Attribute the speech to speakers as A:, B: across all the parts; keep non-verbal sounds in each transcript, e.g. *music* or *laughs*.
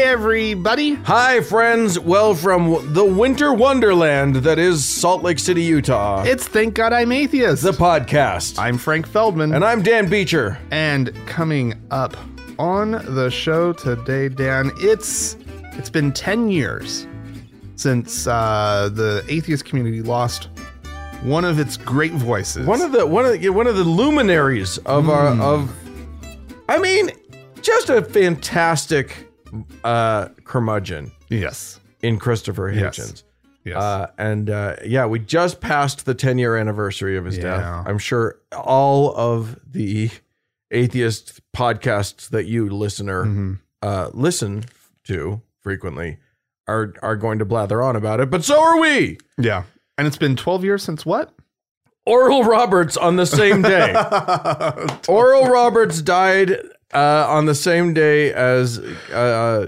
A: everybody.
B: Hi, friends. Well, from the winter wonderland that is Salt Lake City, Utah,
A: It's Thank God I'm Atheist.
B: the podcast.
A: I'm Frank Feldman.
B: and I'm Dan Beecher.
A: And coming up on the show today, Dan, it's it's been 10 years since uh, the atheist community lost one of its great voices.
B: One of the one of the, one of the luminaries of our of, I mean, just a fantastic uh, curmudgeon
A: yes.
B: in Christopher
A: Yes.
B: Hitchens.
A: Yes.
B: Uh, and uh, yeah, we just passed the 10 year anniversary of his
A: Yeah.
B: death. I'm sure all of the atheist podcasts that you listener
A: Mhm.
B: uh, listen to frequently are are going to blather on about it, but so are we.
A: Yeah. And it's been 12 years since what?
B: Oral Roberts on the same
A: *laughs*
B: day. Oral Roberts died uh, on the same day as uh, uh,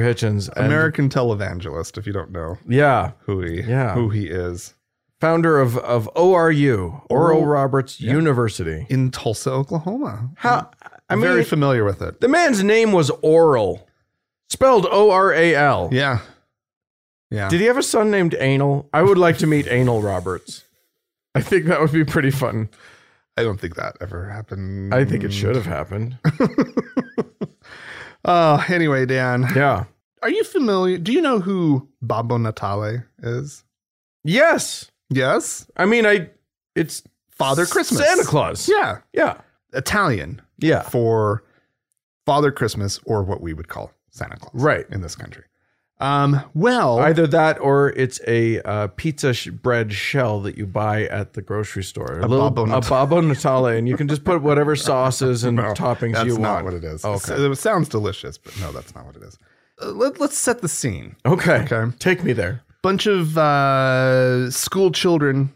A: *sighs*
B: Hitchens. and-
A: American televangelist, if you don't know
B: Yeah.
A: who he,
B: Yeah.
A: who he is.
B: Founder of, of ORU, Oral
A: Oral-
B: Roberts University.
A: In Tulsa, Oklahoma.
B: How, I mean,
A: very familiar with it.
B: the man's name was Oral, spelled O R A L.
A: Yeah. Yeah.
B: Did he have a son named Anal? I would like to meet Anal Roberts. *laughs* I think that would be pretty fun.
A: I don't think that ever happened.
B: I think it should have happened.
A: Uh, anyway, Dan,
B: *laughs* Yeah.
A: are you familiar? Do you know who Babbo Natale is?
B: Yes.
A: Yes.
B: I mean, I. It's
A: Father Christmas.
B: Santa Claus.
A: Yeah.
B: Yeah.
A: Italian
B: Yeah.
A: for Father Christmas or what we would call Santa Claus.
B: Right.
A: In this country. Um, well,
B: Either that or it's a uh, pizza sh- bread shell that you buy at the grocery store. A,
A: Babbo
B: a
A: Natale.
B: Babbo Natale, and you can just put whatever *laughs* sauces and toppings
A: that's
B: you
A: not
B: want.
A: what it is.
B: Okay.
A: It sounds delicious, but no, that's not what it is. Uh, let, let's set the scene.
B: Okay.
A: Okay.
B: Take me there.
A: bunch of uh, school children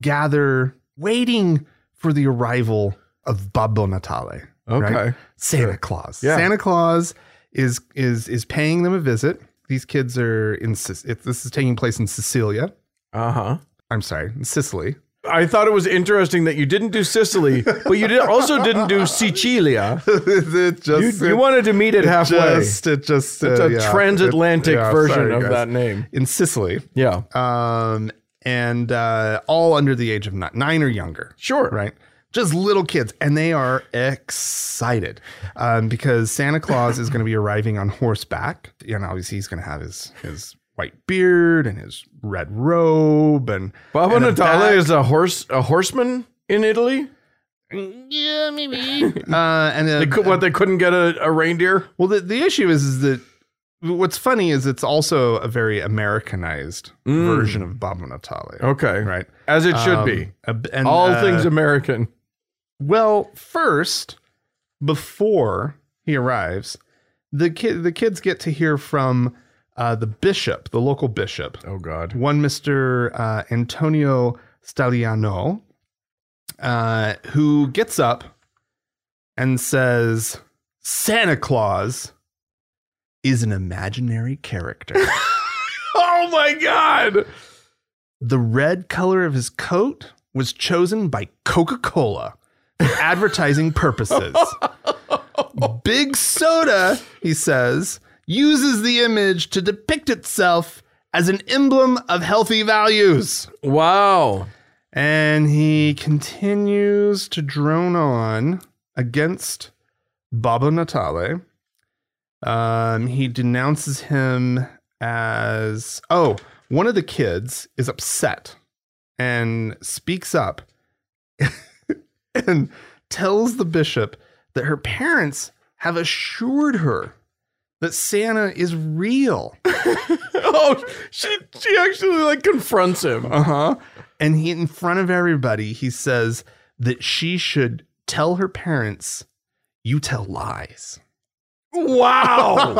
A: gather waiting for the arrival of Babbo Natale.
B: Okay.
A: Santa Claus.
B: Yeah.
A: Santa Claus is is is paying them a visit. These kids are in Sic- if this is taking place in Sicilia.
B: Uh huh.
A: I'm sorry, in Sicily. *laughs*
B: I thought it was interesting that you didn't do Sicily, but you did, also didn't do *laughs* Sicilia.
A: it
B: You,
A: just
B: you wanted to meet it halfway.
A: Just, it just
B: it's
A: uh,
B: a
A: yeah.
B: transatlantic
A: It- yeah,
B: version
A: sorry,
B: of
A: guys.
B: that name.
A: in Sicily.
B: Yeah.
A: Um, and uh, all under the age of nine, nine or younger.
B: Sure.
A: right? Just little kids, and they are excited um, because Santa Claus is going to be arriving on horseback, and obviously he's going to have his his white beard and his red robe and
B: Babbo
A: and a bat.
B: Natale is a horse, a horseman in Italy.
A: Mm, yeah, maybe. *laughs* Uh, and a,
B: They could, what they couldn't get a, a reindeer.
A: well, the, the issue is, is that what's funny is it's also a very Americanized version of Babbo Natale,
B: Mm. Okay.
A: right?
B: As it should
A: Um,
B: be.
A: a- and,
B: All
A: uh,
B: things American.
A: Well, first, before he arrives, the kid the kids get to hear from uh, the bishop, the local bishop,
B: Oh God.
A: one Mister uh, Antonio Stagliano, uh, who gets up and says, "Santa Claus is an imaginary character."
B: Oh my God.
A: The red color of his coat was chosen by Coca Cola for advertising purposes. Big Soda, he says, uses the image to depict itself as an emblem of healthy values.
B: Wow.
A: And he continues to drone on against Babbo Natale. Um, he denounces him as oh, one of the kids is upset and speaks up *laughs* and tells the bishop that her parents have assured her that Santa is real.
B: *laughs* Oh, she she actually like confronts him.
A: Uh huh. And he, in front of everybody, he says that she should tell her parents, "You tell lies."
B: Wow.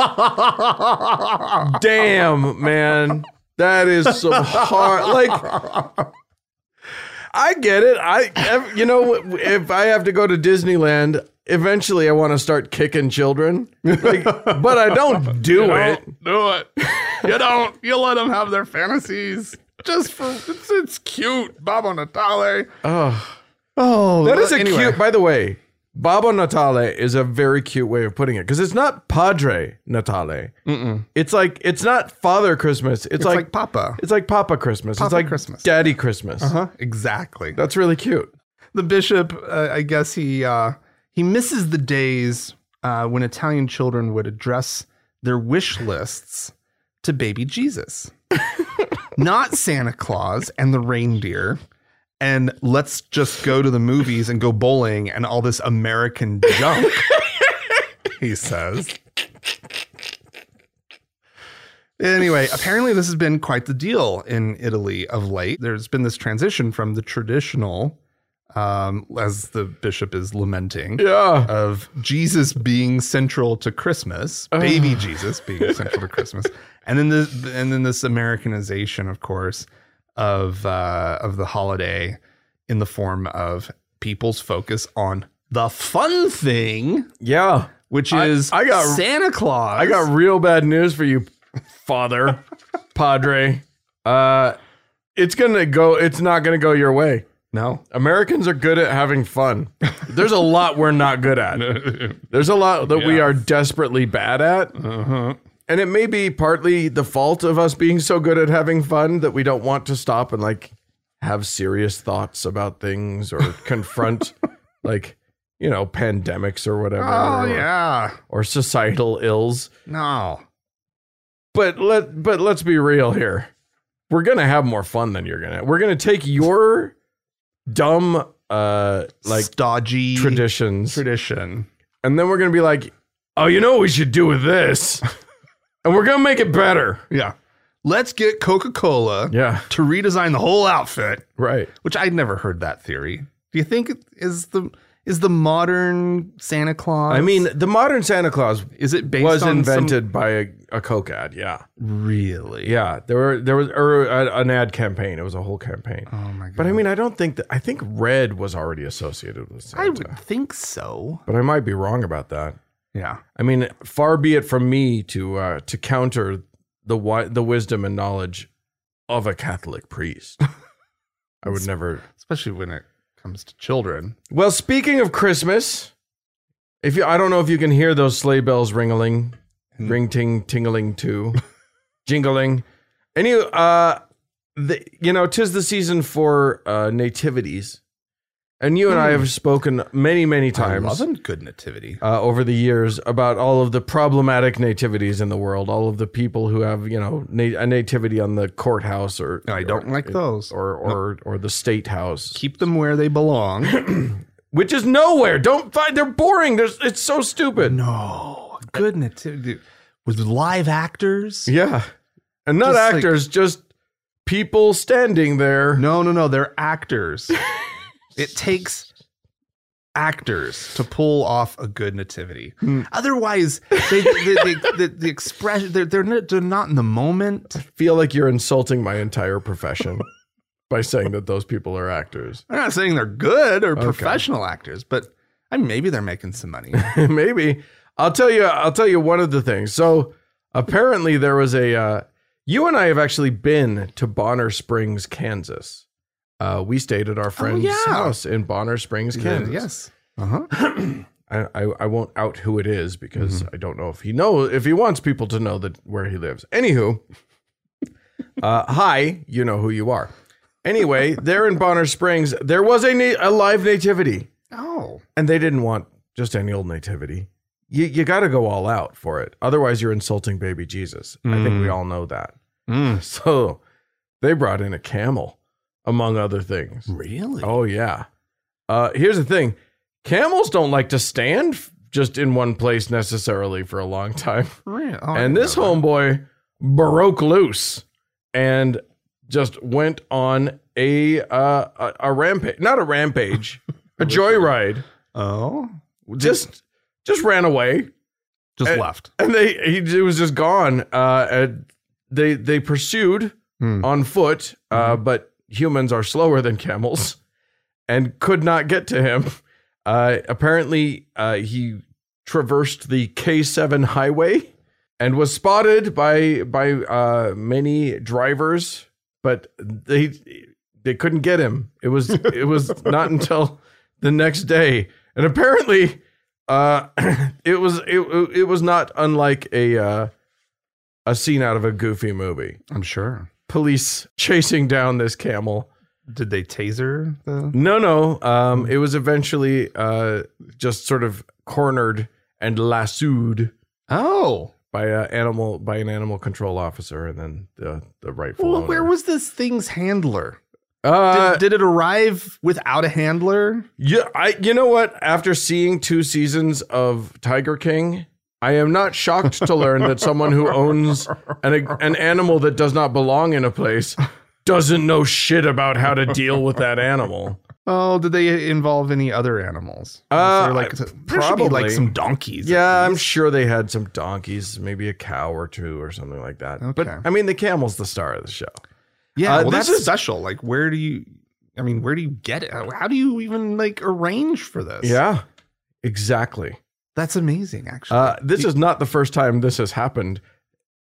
B: Damn, man. That is some hard like I get it. I ev- you know if I have to go to Disneyland, eventually I want to start kicking children. Like, but I don't do it.
A: do it. *laughs* You don't. You let them have their fantasies. Just for it's, it's cute, Bob Natale.
B: Oh,
A: Oh,
B: that is a cute. By the way, Babbo Natale is a very cute way of putting it because it's not Padre Natale.
A: Mm-mm.
B: It's like it's not Father Christmas. It's,
A: It's
B: like,
A: like, Papa.
B: it's like Papa Christmas. it's
A: Papa
B: like
A: Christmas.
B: Daddy Christmas.
A: Uh-huh. Exactly.
B: That's really cute.
A: the bishop, uh, I guess he uh, he misses the days uh, when Italian children would address their wish lists to baby Jesus, not Santa Claus and the reindeer. And let's just go to the movies and go bowling and all this American junk. he says. Anyway, apparently this has been quite the deal in Italy of late. There's been this transition from the traditional, um, as the bishop is lamenting,
B: Yeah.
A: of Jesus being central to Christmas, baby Jesus being central to Christmas, *laughs* and then the and then this Americanization, of course, of uh, of the holiday in the form of people's focus on the fun thing,
B: Yeah.
A: which
B: I-
A: is
B: I got-
A: Santa Claus.
B: I got real bad news for you,
A: *laughs*
B: Father Padre. Uh, it's gonna go. It's not gonna go your way. *laughs*
A: no.
B: Americans are good at having fun. There's a lot we're not
A: *laughs*
B: good at. There's a lot that we
A: Yeah.
B: are desperately bad at. And it may be partly the fault of us being so good at having fun that we don't want to stop and like have serious thoughts about
A: *laughs*
B: things or confront like, you know, pandemics or whatever
A: Oh
B: or,
A: yeah.
B: or societal ills.
A: No.
B: But let but let's be real here. We're going to have more fun than you're going to. We're going to take your dumb uh like
A: stodgy
B: traditions.
A: tradition.
B: and then we're going to be like, oh, you know what we should do with this? and we're going to make it better.
A: Yeah. Let's get Coca-Cola
B: Yeah.
A: to redesign the whole outfit.
B: Right.
A: which I'd never heard that theory. Do you think it is the is the modern Santa Claus?
B: I mean, the modern Santa Claus
A: is it based
B: was
A: on some-
B: invented by a, a Coke ad. Yeah.
A: really?
B: Yeah. There were, there was, or a, an ad campaign. It was a whole campaign.
A: Oh my god!
B: But I mean, I don't think that, I think red was already associated with Santa.
A: I would think so.
B: But I might be wrong about that.
A: Yeah.
B: I mean, far be it from me to, uh, to counter the, wi- the wisdom and knowledge of a Catholic priest. I would never
A: Especially when it comes to children.
B: Well, speaking of Christmas, if you I don't know if you can hear those sleigh bells ringling,
A: Hmm.
B: ring ting tingling too, *laughs* jingling. Any uh the, you know, tis the season for uh nativities. And you and I have spoken many, many
A: Hmm. I
B: times
A: love a good nativity.
B: uh, over the years about all of the problematic nativities in the world, all of the people who have, you know, na- a nativity on the courthouse or
A: I don't like those.
B: or or or the state house
A: Keep them where they belong.
B: *laughs* which is nowhere. Don't find they're boring. There's it's so stupid.
A: no, a good nativity with live actors.
B: Yeah, and not
A: Just like-
B: actors, just people standing there.
A: No, no, no. They're actors. it takes actors to pull off a good nativity.
B: Hmm.
A: Otherwise, they, they, they, the, the expression they're they're not, they're not in the moment.
B: Feel like you're insulting my entire profession *laughs* by saying that those people are actors.
A: I'm not saying they're good or professional actors, but I mean, maybe they're making some
B: *laughs*
A: money.
B: Maybe I'll tell you. I'll tell you one of the things. So apparently there was a. Uh, you and I have actually been to Bonner Springs, Kansas. Uh, we stayed at our friend's
A: Oh, yeah.
B: house in Bonner Springs, Kansas.
A: yes. Uh-huh.
B: I, I, I won't out who it is because
A: Mm-hmm.
B: I don't know if he knows if he wants people to know that where he lives.
A: *laughs*
B: Anywho, uh, hi, you know who you are. Anyway, there in Bonner Springs, there was a na- a live nativity,
A: Oh.
B: and they didn't want just any old nativity. You you got to go all out for it, otherwise you're insulting baby Jesus. I think
A: Mm.
B: we all know that. *laughs* Hmm. So they brought in a camel, among other things.
A: Really?
B: Oh yeah. Uh, here's the thing: camels don't like to stand f- just in one place necessarily for a long time.
A: Really? Oh, *laughs* I didn't
B: and this
A: know that.
B: homeboy broke loose and just went on a uh, a, a rampage, not
A: *laughs*
B: a rampage, a joyride.
A: Oh.
B: Just just ran away,
A: Just
B: and-
A: left.
B: and they he it was just gone. Uh, and they they pursued
A: Hmm.
B: on foot, uh, but humans are slower than camels and could not get to him. Uh, apparently, uh, he traversed the K7 highway and was spotted by by uh, many drivers, but they they couldn't get him. It was it was not until the next day and apparently, uh, *clears throat* it was it it was not unlike a uh, a scene out of a Goofy movie.
A: I'm sure.
B: Police chasing down this camel.
A: Did they taser the?
B: No, no. Um, it was eventually uh, just sort of cornered and lassoed
A: Oh,
B: by a animal by an animal control officer, and then the the rightful.
A: well,
B: owner.
A: where was this thing's handler? Did,
B: Uh,
A: did it arrive without a handler?
B: Yeah, I you know what? After seeing two seasons of Tiger King, I am not shocked to learn that someone who owns an an animal that does not belong in a place doesn't know shit about how to deal with that animal.
A: Oh, did they involve any other animals?
B: Uh,
A: Was there like there should be
B: probably.
A: like some donkeys.
B: Yeah, I'm sure they had some donkeys, maybe a cow or two or something like that. But
A: Okay.
B: I mean, the camel's the star of the show.
A: yeah.
B: uh,
A: well,
B: this
A: that's
B: is-
A: special. Like, where do you? I mean, where do you get it? How how do you even like arrange for this?
B: Yeah, exactly.
A: that's amazing. Actually,
B: Uh, this is not the first time this has happened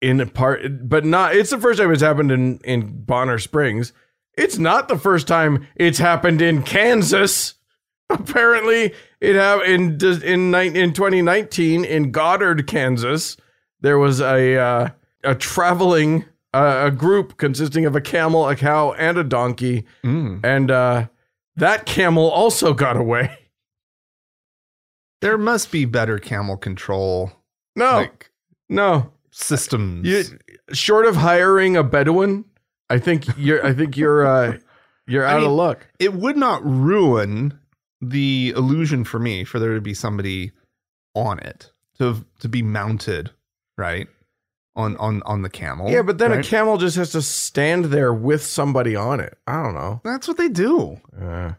B: in a part, but not. It's the first time it's happened in in Bonner Springs. It's not the first time it's happened in Kansas. *laughs* Apparently, it happened in dis- in nine- in 2019 in Goddard, Kansas. There was a uh, a traveling uh, a group consisting of a camel, a cow, and a donkey,
A: Mm.
B: and uh, that camel also got away. *laughs*
A: there must be better camel control
B: No,
A: like
B: no,
A: systems.
B: Oh. You, short of hiring a Bedouin, I think you're. I think you're. Uh,
A: *laughs*
B: you're
A: I
B: out
A: mean-
B: of luck.
A: it would not ruin the illusion for me for there to be somebody on it to to be mounted right on on on the camel.
B: Yeah, but then
A: oh, right?
B: a camel just has to stand there with somebody on it. I don't know.
A: that's what they do.
B: Uh,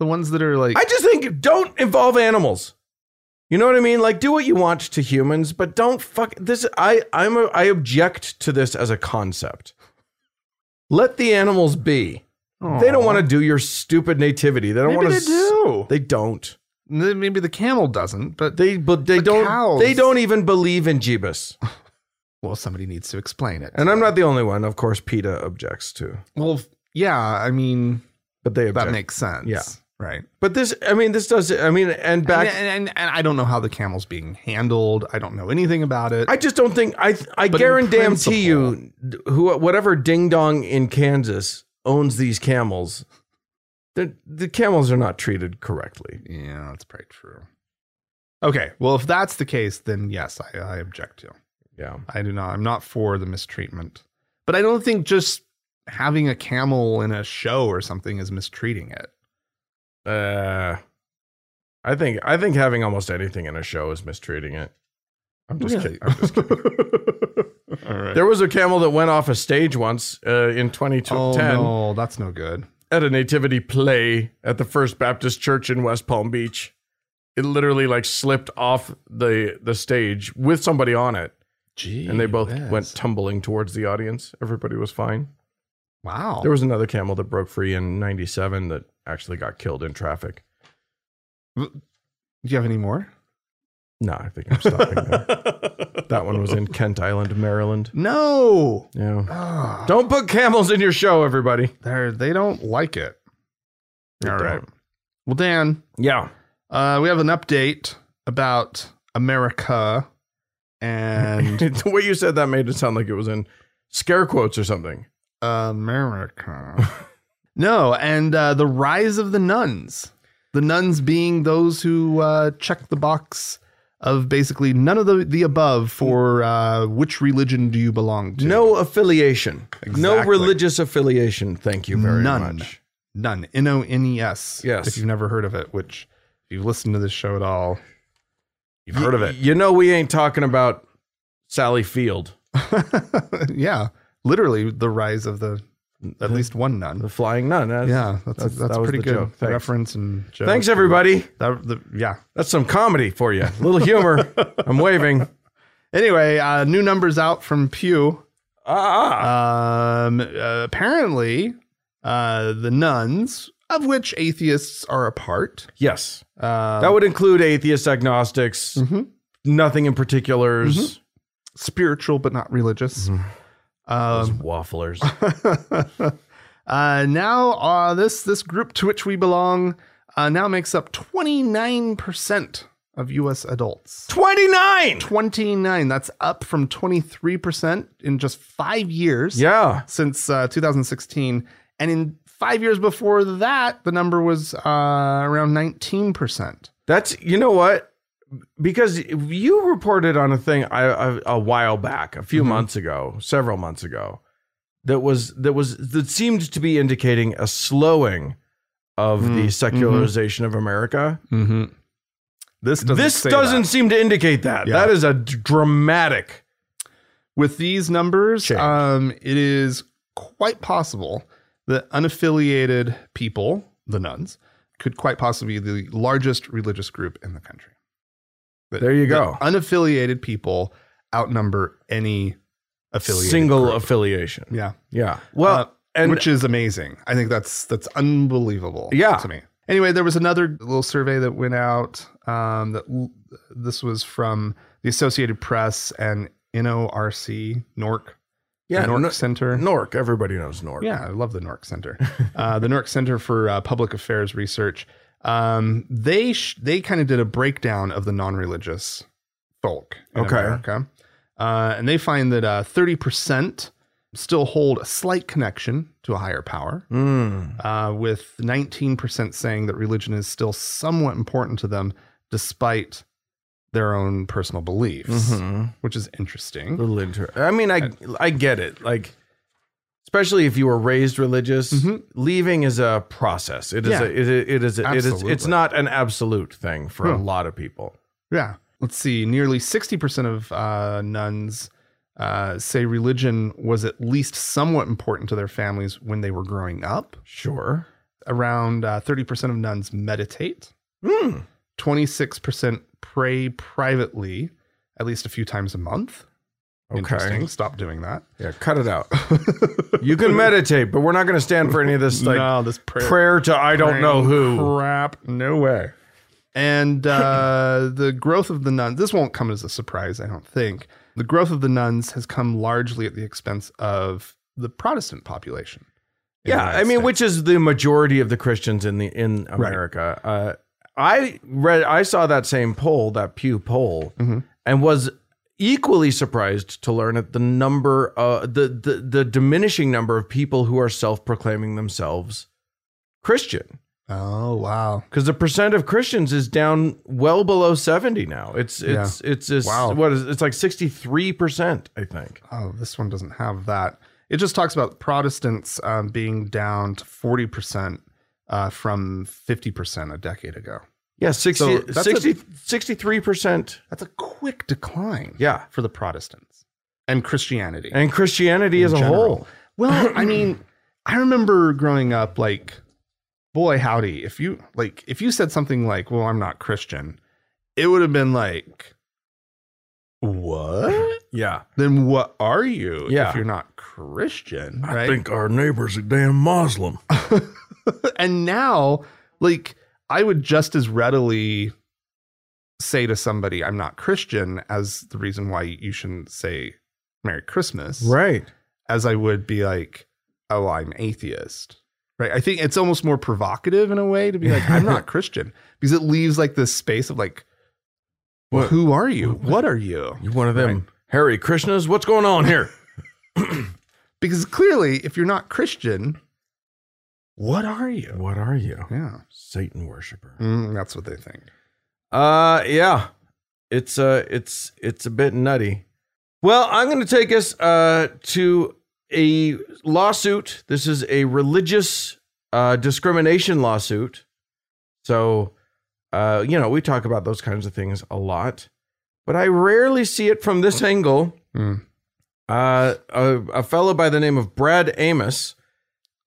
A: The ones that are like
B: I just think don't involve animals. You know what I mean? Like do what you want to humans, but don't fuck this. I I'm a, I object to this as a concept. Let the animals be. They don't want to do your stupid nativity. They don't
A: Maybe
B: want to.
A: they do.
B: They don't.
A: N- Maybe the camel doesn't, but
B: They but they
A: The
B: don't.
A: cows.
B: They don't even believe in Jeebus.
A: well, somebody needs to explain it.
B: And I'm not the only one. Of course, PETA objects too.
A: well, f- yeah. I mean,
B: But they
A: that
B: object.
A: makes sense.
B: Yeah.
A: right.
B: but this, I mean, this does, I mean, and back,
A: and, and, and I don't know how the camel's being handled. I don't know anything about it.
B: I just don't think, I I
A: But in
B: guarantee you, who, whatever ding dong in Kansas owns these camels, the, the camels are not treated correctly.
A: yeah, that's probably true. Okay, well, if that's the case, then yes, I, I object to.
B: Yeah.
A: I do not. I'm not for the mistreatment, but I don't think just having a camel in a show or something is mistreating it.
B: Uh, I think, I think having almost anything in a show is mistreating it. I'm just
A: Really?
B: kidding. *laughs* I'm just kidding.
A: *laughs* All right.
B: There was a camel that went off a stage once uh, in 2010.
A: oh no, that's no good.
B: at a nativity play at the First Baptist Church in West Palm Beach. It literally like slipped off the the stage with somebody on it,
A: Gee,
B: and they both went tumbling towards the audience. Everybody was fine.
A: Wow.
B: There was another camel that broke free in '97 that actually got killed in traffic.
A: Do you have any more?
B: No, I think I'm stopping *laughs* there. That one was in Kent Island, Maryland.
A: No.
B: Yeah.
A: Ah,
B: Don't put camels in your show, everybody.
A: they're- they don't like it.
B: They
A: All right.
B: don't.
A: Well, Dan,
B: Yeah.
A: uh, we have an update about America
B: *laughs*
A: and
B: *laughs* the way you said that made it sound like it was in scare quotes or something. *laughs*
A: America. no, and uh, the rise of the nuns. The nuns being those who uh, check the box of basically none of the, the above for uh, which religion do you belong to?
B: No affiliation. No
A: Exactly.
B: religious affiliation. Thank you very
A: None.
B: much.
A: None. N O N E S.
B: Yes.
A: If you've never heard of it, which if you've listened to this show at all, you've heard of it.
B: You know we ain't talking about Sally Field,
A: *laughs* yeah. Literally the rise of the at least one nun.
B: the flying nun. That's- *laughs*
A: Yeah, that's
B: That's-
A: that's,
B: that was
A: pretty
B: the
A: good
B: joke. Thanks.
A: reference and joke.
B: Thanks everybody.
A: That- the- yeah.
B: That's some comedy for you. A little *laughs* humor. I'm waving.
A: Anyway, uh, new numbers out from Pew.
B: Ah,
A: Um, uh, apparently, uh, the nuns, of which atheists are a part,
B: yes.
A: uh,
B: That would include atheists, agnostics,
A: Mhm.
B: nothing in particulars.
A: spiritual but not religious.
B: Mm-hmm. Those *laughs* wafflers.
A: uh, now, uh, this this group to which we belong uh, now makes up 29% of US adults.
B: 29.
A: 29, that's up from 23% in just five years
B: Yeah.
A: since uh, 2016. And in five years before that, the number was uh, around 19%.
B: That's you know what? Because you reported on a thing I, I, a while back, a few
A: Mhm.
B: months ago, several months ago, that was that was that seemed to be indicating a slowing of
A: Mm,
B: the secularization of America.
A: Mm-hmm. This doesn't
B: this
A: say
B: doesn't
A: that.
B: seem to indicate that.
A: Yeah.
B: That is a d- dramatic.
A: with these numbers,
B: Change.
A: um, it is quite possible that unaffiliated people, the nuns, could quite possibly be the largest religious group in the country. That-
B: There you
A: that
B: go.
A: Unaffiliated people outnumber any affiliated
B: single
A: group.
B: affiliation.
A: yeah.
B: Yeah. Well,
A: Uh,
B: and
A: which is amazing. I think that's that's unbelievable.
B: Yeah.
A: to me. Anyway, there was another little survey that went out. Um, that l- this was from the Associated Press and NORC, NORC, the
B: yeah,
A: NORC
B: Nor-
A: Center.
B: Nork. Everybody knows Nork.
A: Yeah, I love the NORC
B: *laughs*
A: Center. uh, the NORC Center for uh, Public Affairs Research. Um, they sh- they kind of did a breakdown of the non-religious folk in
B: Okay.
A: America, uh, and they find that thirty percent still hold a slight connection to a higher power,
B: Mm.
A: uh, with nineteen percent saying that religion is still somewhat important to them despite their own personal beliefs,
B: Mhm.
A: which is interesting.
B: little inter. I mean, I I get it. Like, especially if you were raised religious,
A: Mhm.
B: leaving is a process. It is.
A: Yeah.
B: A, it, i- it is. A, it is. It's
A: Absolutely.
B: not an absolute thing for a
A: Hmm.
B: lot of people.
A: Yeah. Let's see. Nearly 60% of uh, nuns uh, say religion was at least somewhat important to their families when they were growing up.
B: Sure.
A: Around uh, 30% of nuns meditate,
B: Hmm.
A: 26% pray privately at least a few times a month.
B: Okay.
A: Interesting. Stop doing that. *laughs*
B: Yeah. Cut it out. you can meditate, but we're not going to stand for any of *laughs* this like
A: no, this prayer.
B: prayer to I don't know who.
A: Crap. No way. And uh, *laughs* the growth of the nuns, this won't come as a surprise, I don't think. The growth of the nuns has come largely at the expense of the Protestant population. in the
B: Yeah,
A: United
B: I mean,
A: States.
B: which is the majority of the Christians in the in America. Uh, I read, I saw that same poll, that Pew poll,
A: Mhm.
B: and was equally surprised to learn at the number, uh, the, the the diminishing number of people who are self-proclaiming themselves Christian,
A: Oh, wow.
B: because the percent of Christians is down well below seventy now. It's it's it's this,
A: Wow.
B: what is it's like sixty-three percent, I think.
A: Oh, this one doesn't have that. It just talks about Protestants um, being down to 40% uh, from 50% a decade ago.
B: Yeah, 60,
A: that's a-
B: 63 percent.
A: That's a quick decline
B: Yeah,
A: for the Protestants and Christianity.
B: and Christianity as a
A: general.
B: whole.
A: Well,
B: *clears throat*
A: I mean, I remember growing up like boy howdy, if you like if you said something like, "Well, I'm not Christian," it would have been like what?
B: Yeah.
A: Then what are you
B: Yeah.
A: if you're not Christian,
B: I
A: right?
B: think our neighbor's a damn Muslim.
A: *laughs* and now like I would just as readily say to somebody, "I'm not Christian," as the reason why you shouldn't say Merry Christmas.
B: Right.
A: as I would be like, oh, I'm atheist. Right. I think it's almost more provocative in a way to be like, I'm
B: *laughs*
A: not Christian because it leaves like this space of like, well,
B: What-
A: who are you? What are you?
B: You one of them Harry Krishnas? What's going on here?
A: Because clearly, if you're not Christian, what are you?
B: *laughs* What are you?
A: Yeah.
B: Satan worshiper.
A: Mm, that's what they think.
B: Uh yeah. It's uh it's it's a bit nutty. Well, I'm gonna take us uh to a lawsuit. This is a religious uh discrimination lawsuit. So uh you know, we talk about those kinds of things a lot, but I rarely see it from this angle.
A: Mm.
B: Uh, a, a fellow by the name of Brad Amos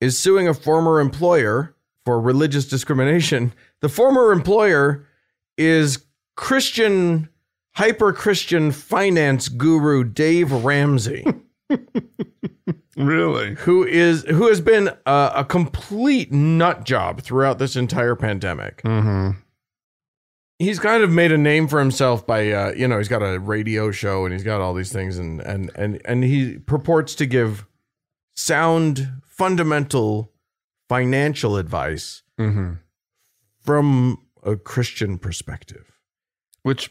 B: is suing a former employer for religious discrimination. The former employer is Christian, hyper Christian finance guru Dave Ramsey,
A: Really?
B: who is who has been a, a complete nut job throughout this entire pandemic.
A: hmm
B: He's kind of made a name for himself by, uh, you know, he's got a radio show and he's got all these things, and and and and he purports to give sound, fundamental financial advice
A: hmm
B: from a Christian perspective.
A: Which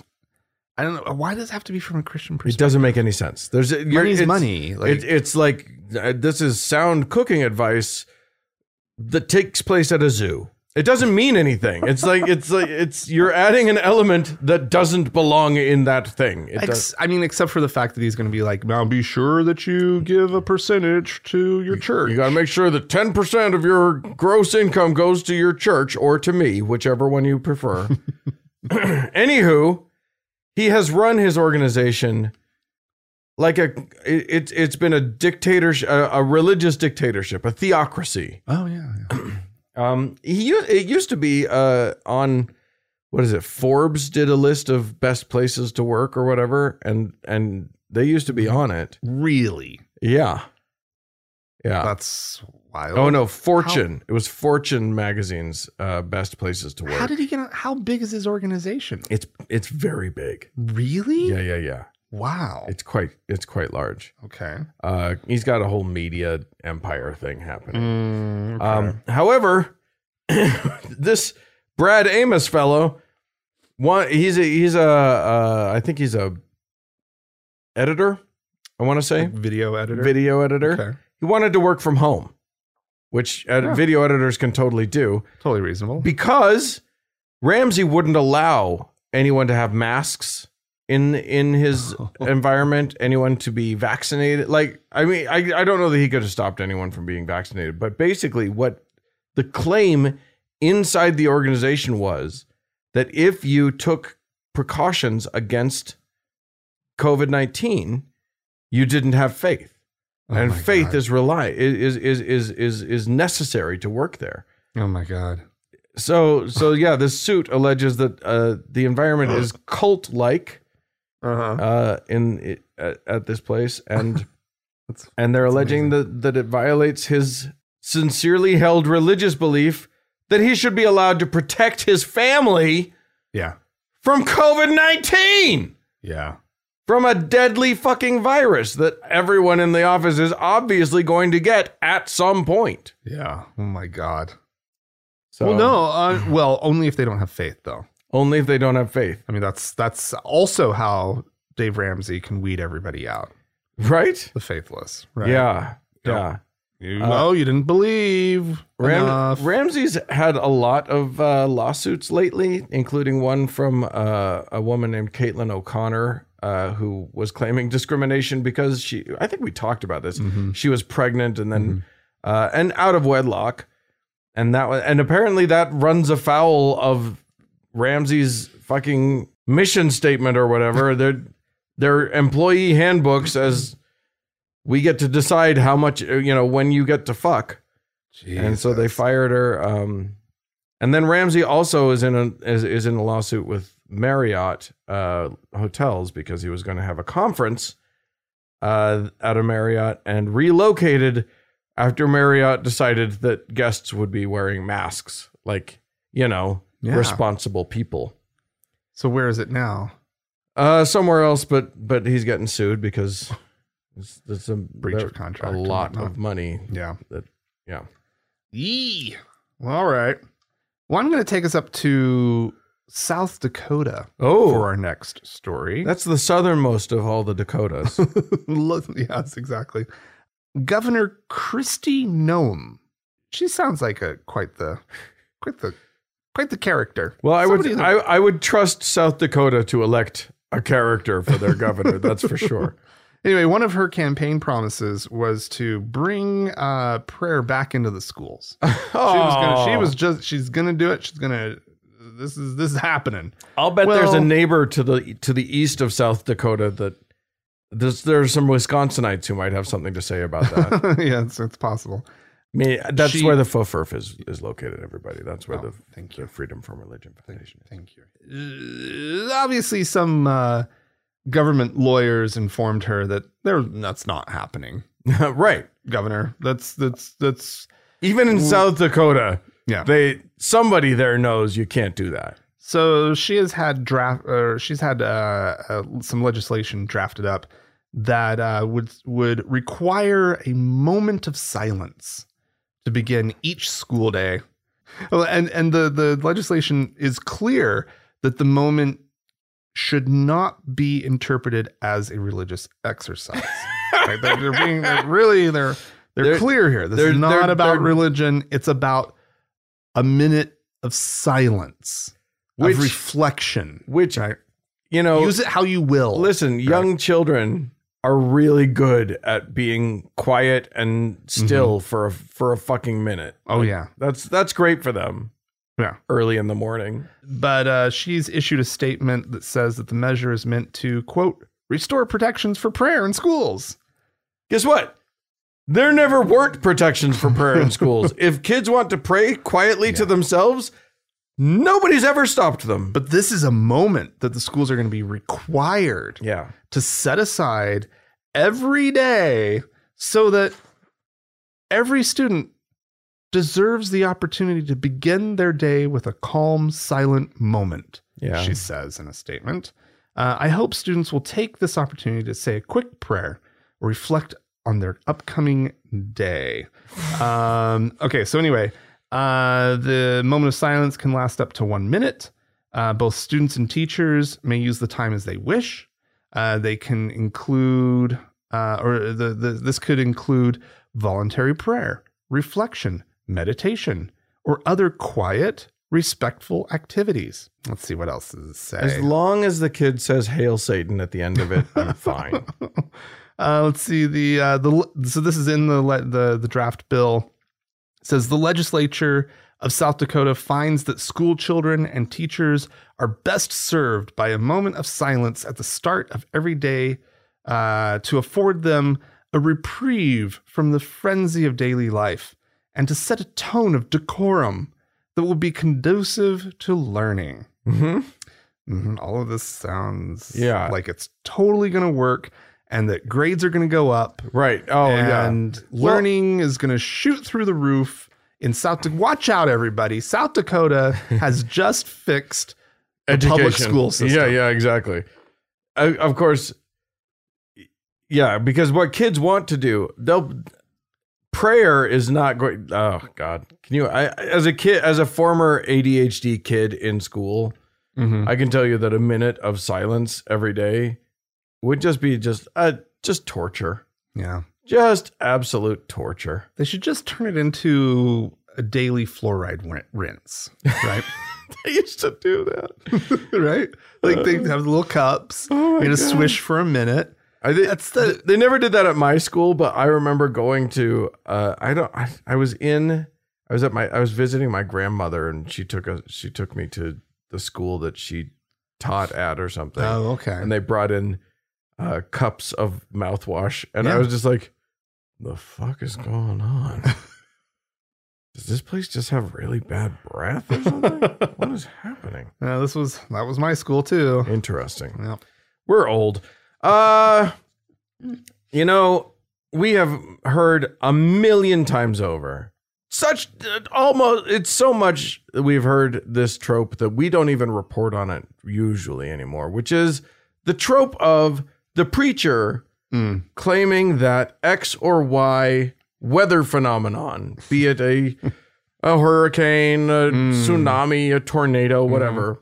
A: I don't know. Why does it have to be from a Christian
B: It
A: perspective?
B: doesn't make any sense. There's a- you're-
A: Money's
B: it's-
A: money. Like,
B: it, it's like uh, this is sound cooking advice that takes place at a zoo. It doesn't mean anything. It's like it's like it's you're adding an element that doesn't belong in that thing. It does,
A: ex- I mean, except for the fact that he's going to be like, now be sure that you give a percentage to your church.
B: you got to make sure that ten percent of your gross income goes to your church or to me, whichever one you prefer. *clears throat* Anywho, he has run his organization like a it, it's it's been a dictatorship, a, a religious dictatorship, a theocracy.
A: oh, yeah. yeah.
B: Um, he u- it used to be uh on what is it? Forbes did a list of best places to work or whatever, and and they used to be on it.
A: Really?
B: Yeah, yeah.
A: That's wild.
B: Oh no, Fortune. It was Fortune magazine's uh, best places to work.
A: How did he get on? How big is his organization?
B: it's it's very big.
A: Really?
B: Yeah, yeah, yeah.
A: Wow.
B: It's quite it's quite large.
A: okay.
B: Uh, he's got a whole media empire thing happening.
A: Mm, okay.
B: Um, however, *coughs* this Brad Amos fellow, one he's a he's a uh, I think he's a editor. I want to say
A: Like video editor.
B: video editor.
A: Okay.
B: He wanted to work from home, which uh,
A: Yeah.
B: video editors can totally do
A: Totally reasonable.
B: because Ramsey wouldn't allow anyone to have masks in
A: *laughs*
B: in his
A: Oh
B: environment, anyone to be vaccinated. Like, I mean, I, I don't know that he could have stopped anyone from being vaccinated, but basically, what the claim inside the organization was that if you took precautions against COVID 19, you didn't have faith.
A: Oh
B: and
A: my
B: faith
A: God.
B: is rely is is is is is necessary to work there.
A: Oh my god.
B: So so yeah, this suit alleges that uh, the environment is cult like
A: Uh huh.
B: uh, in at, at this place, and
A: *laughs* That's-
B: and they're alleging that that it violates his sincerely held religious belief that he should be allowed to protect his family
A: Yeah.
B: from COVID nineteen.
A: Yeah.
B: From a deadly fucking virus that everyone in the office is obviously going to get at some point.
A: Yeah. Oh my god.
B: So,
A: Well, no. Uh, well, only if they don't have faith, though.
B: only if they don't have faith,
A: I mean, that's that's also how Dave Ramsey can weed everybody out,
B: right?
A: the faithless. Right?
B: Yeah,
A: Don't-
B: yeah.
A: You,
B: Uh,
A: well, you didn't believe
B: Ram-
A: enough.
B: Ramsey's had a lot of uh, lawsuits lately, including one from uh, a woman named Caitlin O'Connor, uh, who was claiming discrimination because she, I think we talked about this.
A: Mhm.
B: She was pregnant and then, uh, and out of wedlock. And that was, and apparently that runs afoul of Ramsey's fucking mission statement or whatever. their, their employee handbook says we get to decide how much, you know, when you get to fuck and so they
A: Jesus.
B: fired her. Um, and then Ramsey also is in a is, is in a lawsuit with Marriott uh, hotels because he was going to have a conference uh, at a Marriott and relocated after Marriott decided that guests would be wearing masks, like you know,
A: Yeah.
B: responsible people.
A: So where is it now?
B: Uh, somewhere else, but but he's getting sued because it's, it's a
A: Breach of
B: a
A: contract. and
B: lot
A: whatnot.
B: of money.
A: Yeah.
B: That- yeah.
A: Yee. Well, all right. Well, I'm going to take us up to South Dakota for
B: Oh,
A: our next
B: *laughs*
A: story.
B: that's the southernmost of all the Dakotas.
A: yes, exactly. Governor Christy Noem. She sounds like a quite the quite the quite the character.
B: Well, I would
A: Somebody
B: I, I would trust South Dakota to elect a character for their governor. that's for sure.
A: Anyway, one of her campaign promises was to bring uh, prayer back into the schools. *laughs* She was gonna, she was just she's gonna do it. She's gonna this is this is happening. *laughs*
B: I'll bet there's a
A: well-
B: neighbor to the to the east of South Dakota that there's there's some Wisconsinites who might have something to say about that.
A: *laughs*
B: I
A: yeah, it's, it's possible.
B: mean, that's
A: She-
B: where the FOFERF is is located. Everybody, that's where
A: Oh,
B: the
A: thank
B: the Freedom from Religion Foundation.
A: Thank you. Obviously, some uh, government lawyers informed her that there that's not happening,
B: *laughs* right.
A: Governor. That's that's that's
B: Even in South Dakota,
A: yeah.
B: they somebody there knows you can't do that.
A: So she has had draft, or she's had uh, uh, some legislation drafted up that uh, would would require a moment of silence to begin each school day Well, and and the the legislation is clear that the moment should not be interpreted as a religious exercise. Right? They're, they're being they're really they're they're,
B: They're-
A: clear here. This
B: they're-
A: is not
B: they're-
A: about
B: they're-
A: religion. It's about a minute of silence,
B: Which-
A: of reflection.
B: Which,
A: Right.
B: you know,
A: Use it how you will.
B: listen, young children are really good at being quiet and still for a, for a fucking minute.
A: Mm-hmm. Oh yeah.
B: That's that's great for them.
A: Yeah.
B: Early in the morning.
A: But uh, she's issued a statement that says that the measure is meant to quote restore protections for prayer in schools.
B: Guess what? There never weren't protections for prayer
A: *laughs*
B: in schools. if kids want to pray quietly to themselves, nobody's ever stopped them.
A: But this is a moment that the schools are going to be required
B: yeah.
A: to set aside every day so that every student deserves the opportunity to begin their day with a calm, silent moment,
B: Yeah.
A: she says in a statement. Uh, I hope students will take this opportunity to say a quick prayer, reflect on their upcoming day. Um, okay, so anyway, uh, the moment of silence can last up to one minute. Uh, both students and teachers may use the time as they wish. Uh, they can include, uh, or the, the, this could include voluntary prayer, reflection, meditation, or other quiet, respectful activities. Let's see what else does it say.
B: as long as the kid says "Hail Satan" at the end of it,
A: *laughs*
B: I'm fine.
A: Uh, let's see the uh, the le- so this is in the le- the the draft bill It says the legislature of South Dakota finds that school children and teachers are best served by a moment of silence at the start of every day uh, to afford them a reprieve from the frenzy of daily life and to set a tone of decorum that will be conducive to learning.
B: hmm
A: Mhm. All of this sounds
B: Yeah.
A: like it's totally going to work and that grades are going to go up
B: Right. Oh yeah.
A: and learning is going to shoot through the roof in South Dakota. Watch out, everybody. South Dakota
B: *laughs*
A: has just fixed. public school system.
B: Yeah, yeah, exactly. I, of course, yeah, because what kids want to do, they'll prayer is not going. Oh God, can you? I as a kid, as a former ADHD kid in school, I can tell you that a minute of silence every day would just be just uh, just torture,
A: Yeah.
B: just absolute torture. *laughs*
A: They should just turn it into a daily fluoride rin- rinse, right?
B: *laughs* I used to do that.
A: right? Like they have the little cups.
B: Uh, Oh my
A: you just
B: God.
A: swish for a minute.
B: I think
A: That's the-
B: they never did that at my school, but I remember going to uh, I don't I, I was in I was at my I was visiting my grandmother and she took a she took me to the school that she taught at or something.
A: Oh, okay.
B: And they brought in uh, cups of mouthwash and I
A: Yeah.
B: was just like the fuck is
A: *laughs*
B: going on? Does this place just have really bad breath or something? what is happening?
A: Yeah, Uh, this was that was my school too.
B: Interesting.
A: Yep.
B: We're old. Uh you know, we have heard a million times over. Such uh, almost it's so much that we've heard this trope that we don't even report on it usually anymore, which is the trope of the preacher
A: Mm.
B: claiming that X or Y weather phenomenon, be it a a hurricane, a
A: Mm.
B: tsunami, a
A: Hmm.
B: tornado, whatever,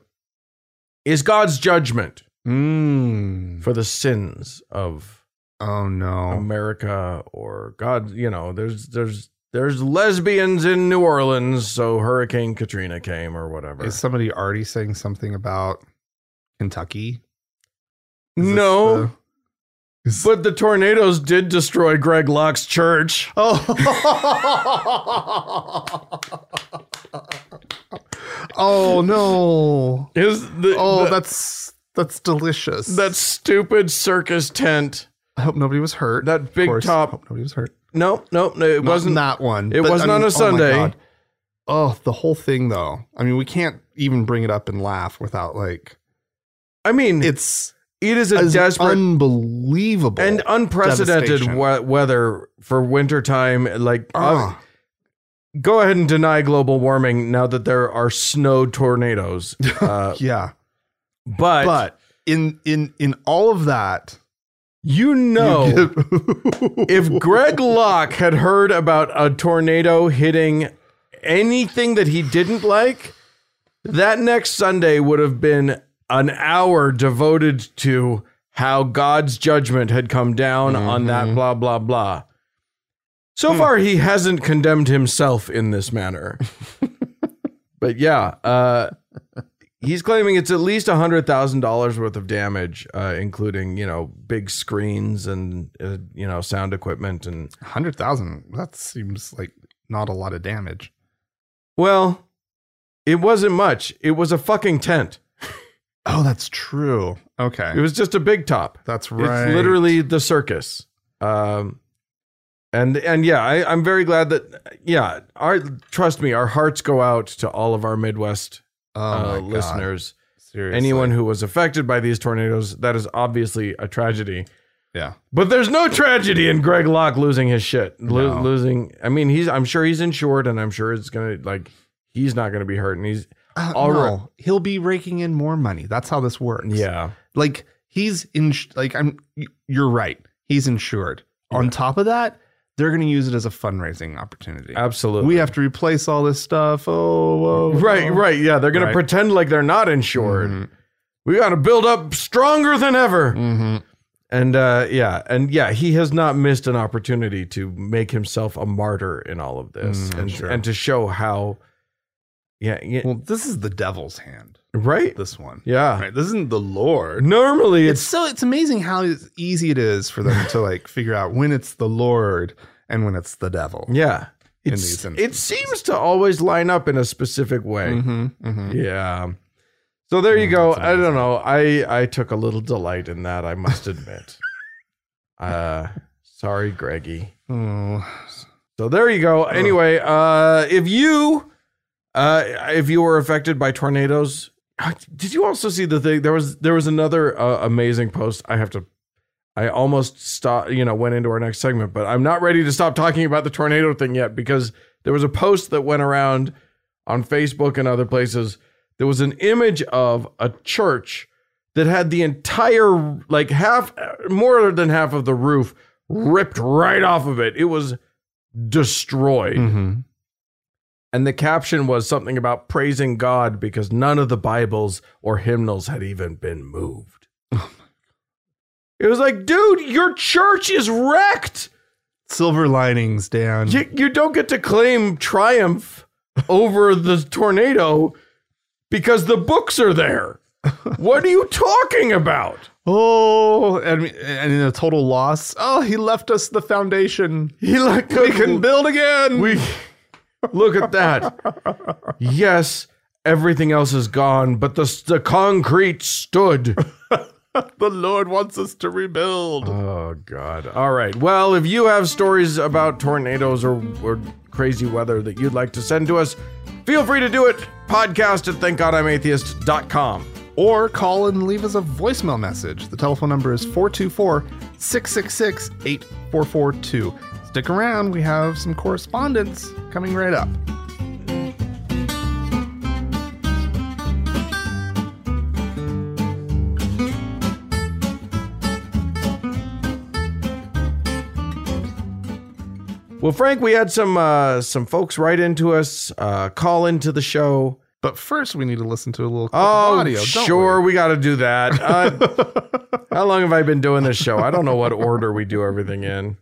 B: is God's judgment
A: Mm.
B: for the sins of
A: Oh no.
B: America or God, you know, there's there's there's lesbians in New Orleans, so Hurricane Katrina came or whatever.
A: Is somebody already saying something about Kentucky? Is this
B: No,
A: the-
B: but the tornadoes did destroy Greg Locke's church.
A: Oh. *laughs* oh
B: *laughs*
A: no.
B: Is the,
A: Oh,
B: the-
A: that's that's delicious.
B: that stupid circus tent
A: I hope nobody was hurt.
B: That
A: Of
B: big
A: course.
B: top-
A: I hope nobody was hurt.
B: No, no, no it
A: Not
B: wasn't.
A: that one.
B: it wasn't on a
A: oh my
B: Sunday.
A: God. Oh, the whole thing though. I mean, we can't even bring it up and laugh without like
B: I mean, it's,
A: it's,
B: a
A: it's
B: desperate
A: unbelievable
B: and unprecedented
A: devastation.
B: we- weather for wintertime. Like,
A: Ah.
B: uh, go ahead and deny global warming now that there are
A: *laughs*
B: snow tornadoes. Uh,
A: yeah.
B: but,
A: But in in in all of that,
B: you know, Oh.
A: *laughs* you get-
B: if Greg Locke had heard about a tornado hitting anything that he didn't like, that next Sunday would have been an hour devoted to how God's judgment had come down on that blah blah blah. So far, he hasn't condemned himself in this manner. but yeah, uh, he's claiming it's at least hundred thousand dollars worth of damage, uh, including you know big screens and uh, you know sound equipment and
A: 100,000. That seems like not a lot of damage.
B: Well, it wasn't much. It was a fucking tent.
A: Oh, that's true. Okay.
B: It was just a big top.
A: that's right.
B: It's literally the circus. Um, and and yeah, I, I'm very glad that yeah. Our trust me, our hearts go out to all of our Midwest
A: oh,
B: uh,
A: my God.
B: listeners.
A: Seriously.
B: Anyone who was affected by these tornadoes, that is obviously a tragedy.
A: Yeah.
B: But there's no tragedy in Greg Locke losing his shit, Lo-
A: No.
B: losing. I mean, he's. I'm sure he's insured, and I'm sure it's gonna like he's not gonna be hurt, and he's
A: Uh,
B: All
A: no,
B: right.
A: He'll be raking in more money. That's how this works.
B: yeah.
A: Like he's in. Like I'm. y- You're right. He's insured.
B: Yeah.
A: On top of that, they're going to use it as a fundraising opportunity.
B: Absolutely.
A: We have to replace all this stuff. Oh, whoa,
B: right,
A: whoa.
B: right. Yeah, they're going
A: Right.
B: to pretend like they're not insured.
A: Mhm,
B: We got to build up stronger than ever.
A: mhm.
B: And uh, yeah, and yeah, he has not missed an opportunity to make himself a martyr in all of this
A: Mm,
B: and,
A: sure.
B: and to show how, yeah, yeah
A: Well, this is the devil's hand.
B: right?
A: This one.
B: Yeah.
A: Right. This isn't the Lord.
B: Normally
A: It's
B: it's,
A: so. It's amazing how easy it is for them to like figure out when it's the Lord and when it's the devil.
B: yeah.
A: In
B: It's,
A: these
B: it
A: instances.
B: seems to always line up in a specific way.
A: Mm-hmm, mm-hmm.
B: Yeah. So there you
A: Mm,
B: go.
A: that's
B: I don't know. I I took a little delight in that, I must admit. uh sorry, Greggy.
A: Oh.
B: So there you go. Anyway, uh, if you uh, if you were affected by tornadoes, uh, did you also see the thing? There was there was another uh, amazing post. I have to. I almost stop. You know, went into our next segment, but I'm not ready to stop talking about the tornado thing yet because there was a post that went around on Facebook and other places. There was an image of a church that had the entire like half more than half of the roof ripped right off of it. It was destroyed.
A: Mhm.
B: And the caption was something about praising God because none of the Bibles or hymnals had even been moved. It was like, dude, your church is wrecked.
A: Silver linings, Dan.
B: You, you don't get to claim triumph over the tornado because the books are there. What are you talking about?
A: Oh, and, and in a total loss. Oh, he left us the foundation.
B: He like
A: We can build again.
B: We look at that. Yes, everything else is gone, but the the concrete stood.
A: the Lord wants us to rebuild.
B: Oh God! All right. Well, if you have stories about tornadoes or, or crazy weather that you'd like to send to us, feel free to do it. Podcast at thankgodimatheist.com.
A: or call and leave us a voicemail message. The telephone number is 424 666 8442. Stick around, we have some correspondence coming right up.
B: Well, Frank, we had some uh, some folks write into us, uh, call into the show.
A: But first, we need to listen to a little clip
B: Oh,
A: of audio. don't
B: sure,
A: we?
B: we got to do that. Uh,
A: *laughs*
B: how long have I been doing this show? I don't know what order we do everything in.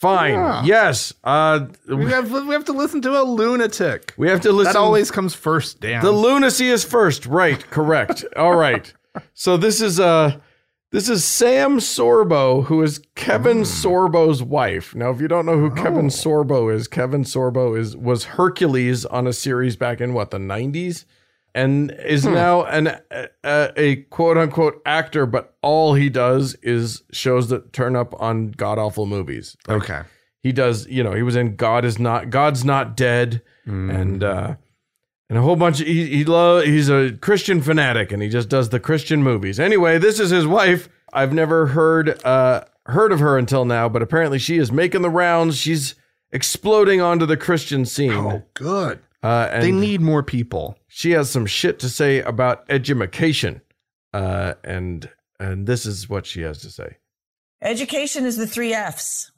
B: Fine.
A: Yeah.
B: Yes. Uh,
A: We have, we have to listen to a lunatic.
B: we have to listen.
A: That always comes first, Dan.
B: The lunacy is first, right? Correct. All right. So this is uh this is Sam Sorbo, who is Kevin Sorbo's wife. Now, if you don't know who Kevin Sorbo is, Kevin Sorbo is was Hercules on a series back in what the nineties, and is now an a, a quote unquote actor, but all he does is shows that turn up on god awful movies.
A: okay.
B: He does, you know, he was in God is not God's not dead
A: Mm.
B: and uh and a whole bunch of, he he lo- he's a Christian fanatic and he just does the Christian movies. Anyway, this is his wife. I've never heard uh heard of her until now, but apparently she is making the rounds. She's exploding onto the Christian scene.
A: Oh, good.
B: Uh and
A: They need more people.
B: she has some shit to say about edumacation. Uh and and this is what she has to say.
C: Education is the three F's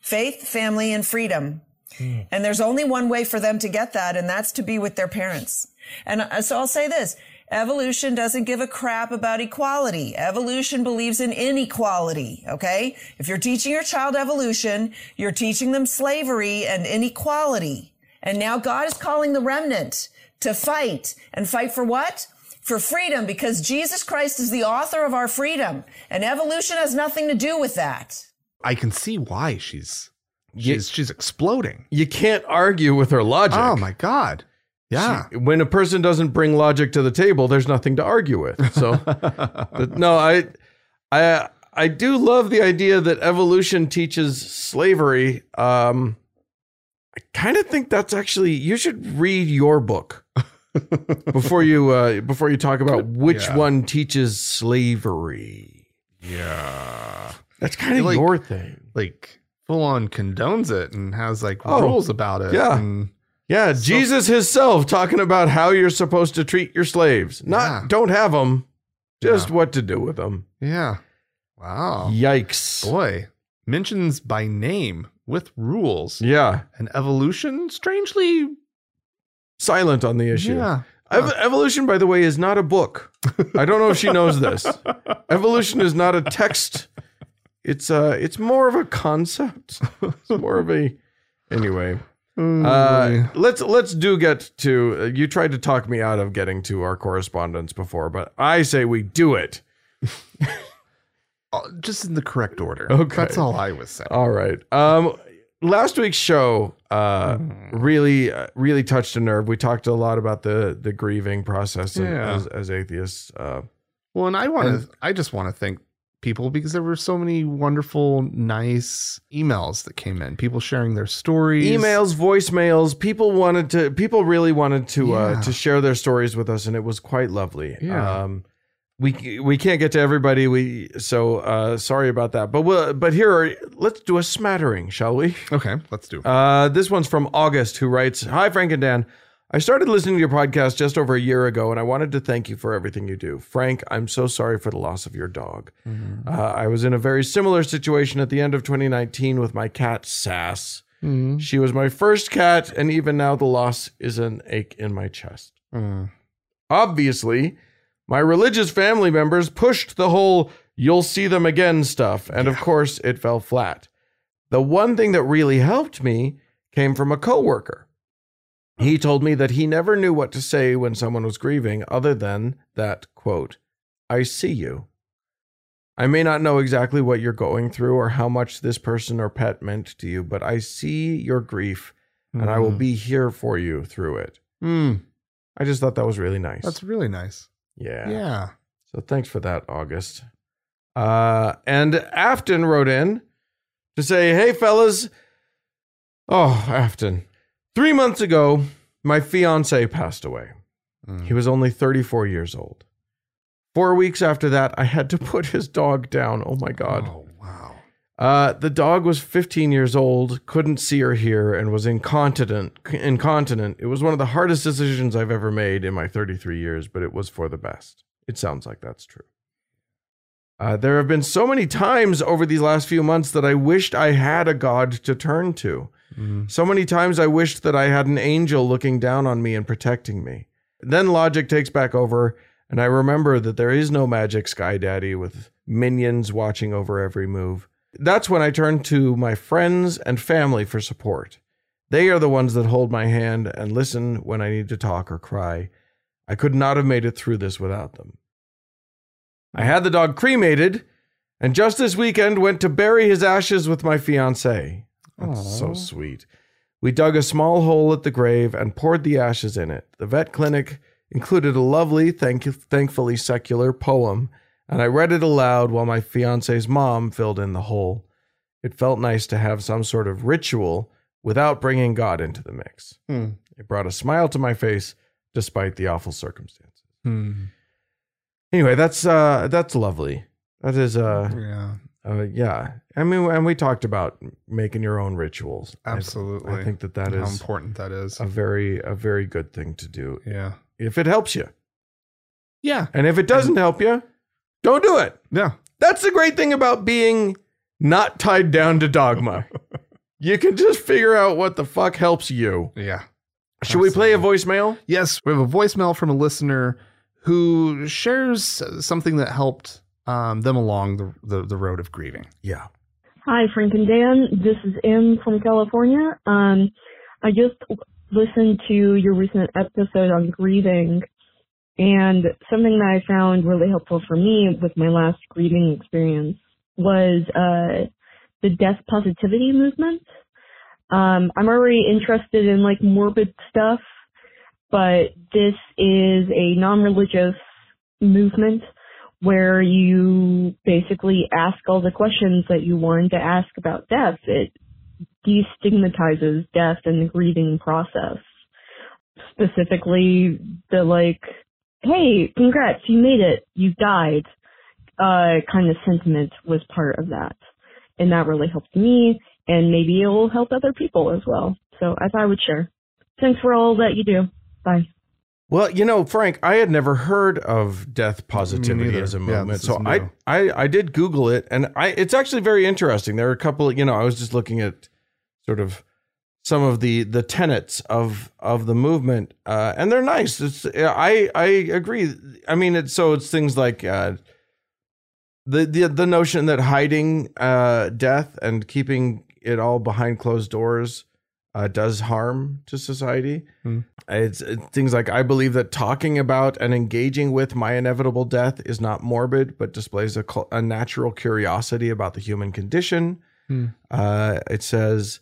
C: faith, family, and freedom. And there's only one way for them to get that, and that's to be with their parents. And uh, so I'll say this. Evolution doesn't give a crap about equality. Evolution believes in inequality. Okay. If you're teaching your child evolution, you're teaching them slavery and inequality. And now God is calling the remnant to fight and fight for what? For freedom because Jesus Christ is the author of our freedom and evolution has nothing to do with that.
A: I can see why she's she's she's exploding.
B: You can't argue with her logic.
A: Oh my god. Yeah.
B: She- when a person doesn't bring logic to the table, there's nothing to argue with.
A: *laughs*
B: So, but no, I, I, I do love the idea that evolution teaches slavery. Um, I kind of think that's actually you should read your book
A: *laughs*
B: before you uh, before you talk about which
A: Yeah.
B: one teaches slavery.
A: yeah.
B: That's kind
A: You're
B: of
A: like-
B: your thing.
A: Like full on condones it and has like
B: Oh,
A: rules about it.
B: yeah.
A: and-
B: Yeah, Jesus himself talking about how you're supposed to treat your slaves. Not
A: Yeah.
B: don't have them, just
A: Yeah.
B: what to do with them.
A: yeah. Wow.
B: Yikes.
A: Boy. Mentions by name with rules.
B: Yeah.
A: And evolution, strangely.
B: Silent on the issue.
A: Yeah.
B: Ev- Evolution, by the way, is not a book. I don't know if she knows
A: *laughs*
B: this. Evolution is not a text. It's uh it's more of a concept. It's more of a anyway. Uh, let's let's do get to uh, you tried to talk me out of getting to our correspondence before, but I say we do it.
A: Uh, just in the correct order.
B: Okay. Uh,
A: That's all I was saying.
B: All right. Um, last week's show uh,
A: Mm-hmm.
B: really, uh, really touched a nerve. We talked a lot about the the grieving process and-
A: Yeah.
B: as, as atheists. Uh,
A: Well, and I want
B: And-
A: to, I just want to thank people because there were so many wonderful, nice emails that came in. People sharing their stories.
B: emails, voicemails. People wanted to. People really wanted to
A: Yeah.
B: uh, to share their stories with us, and it was quite lovely.
A: Yeah.
B: Um, we we can't get to everybody. We so uh, sorry about that. But we'll, but here are let's do a smattering, shall we?
A: Okay, let's do it.
B: Uh, this one's from August, who writes Hi, Frank and Dan. I started listening to your podcast just over a year ago, and I wanted to thank you for everything you do. Frank, I'm so sorry for the loss of your dog. Uh, I was in a very similar situation at the end of 2019 with my cat, Sass.
A: Mm,
B: She was my first cat, and even now the loss is an ache in my chest.
A: mm,
B: Obviously, my religious family members pushed the whole you'll see them again stuff, and of course, it fell flat. The one thing that really helped me came from a coworker. He told me that he never knew what to say when someone was grieving other than that quote, "I see you." I may not know exactly what you're going through or how much this person or pet meant to you, but I see your grief and I will
A: Mm-hmm.
B: be here for you through it.
A: Mm,
B: I just thought that was really nice.
A: that's really nice.
B: yeah.
A: Yeah.
B: So thanks for that, August. Uh, and Afton wrote in to say, Hey, fellas. Oh, Afton. Three months ago, my fiance passed away.
A: Mm. Hmm.
B: He was only 34 years old. Four weeks after that, I had to *laughs* put his dog down. Oh my God.
A: Oh wow.
B: Uh, the dog was 15 years old, couldn't see or hear, and was incontinent. Incontinent. It was one of the hardest decisions I've ever made in my 33 years, but it was for the best. It sounds like that's true. Uh, there have been so many times over these last few months that I wished I had a God to turn to.
A: Mm,
B: Mm. So many times I wished that I had an angel looking down on me and protecting me. Then logic takes back over, and I remember that there is no magic sky daddy with minions watching over every move. That's when I turn to my friends and family for support. They are the ones that hold my hand and listen when I need to talk or cry. I could not have made it through this without them. I had the dog cremated, and just this weekend went to bury his ashes with my fiance. That's so sweet. We dug a small hole at the grave and poured the ashes in it. The vet clinic included a lovely, thank- thankfully secular poem, and I read it aloud while my fiance's mom filled in the hole. It felt nice to have some sort of ritual without bringing God into the mix.
A: Hmm.
B: It brought a smile to my face despite the awful circumstances.
A: mm.
B: Anyway, that's uh that's lovely. That is uh
A: Yeah.
B: uh, yeah, I mean, and we talked about making your own rituals. I-
A: Absolutely.
B: I, think that that
A: how
B: is
A: important that is.
B: a very a very good thing to do
A: yeah.
B: if it helps you.
A: Yeah.
B: And if it doesn't help you, don't do it.
A: Yeah. *laughs*
B: That's the great thing about being not tied down to dogma. You can just figure out what the fuck helps you.
A: Yeah.
B: Should we play a voicemail?
A: Yes, we have a voicemail from a listener who shares something that helped um, them along the, the, the road of grieving.
B: Yeah.
D: Hi, Frank and Dan. This is M from California. Um, I just listened to your recent episode on grieving, and something that I found really helpful for me with my last grieving experience was uh, the death positivity movement. Um, I'm already interested in like morbid stuff, but this is a non-religious movement where you basically ask all the questions that you wanted to ask about death. It destigmatizes death and the grieving process. Specifically, the like, hey, congrats, you made it, you died, uh, kind of sentiment was part of that. And that really helped me, and maybe it will help other people as well. So I thought I would share. Thanks for all that you do. Bye.
B: Well, you know, Frank, I had never heard of death positivity
A: neither.
B: as a
A: Yeah,
B: movement.
A: this is
B: so I,
A: new.
B: I I did Google it and I it's actually very interesting. There are a couple of, you know, I was just looking at sort of some of the the tenets of of the movement. Uh and they're nice. It's I I agree. I mean it's so it's things like uh the the the notion that hiding uh death and keeping it all behind closed doors uh, does harm to society.
A: Hmm.
B: It's uh, things like I believe that talking about and engaging with my inevitable death is not morbid, but displays a, cul- a natural curiosity about the human condition.
A: Hmm.
B: Uh, it says,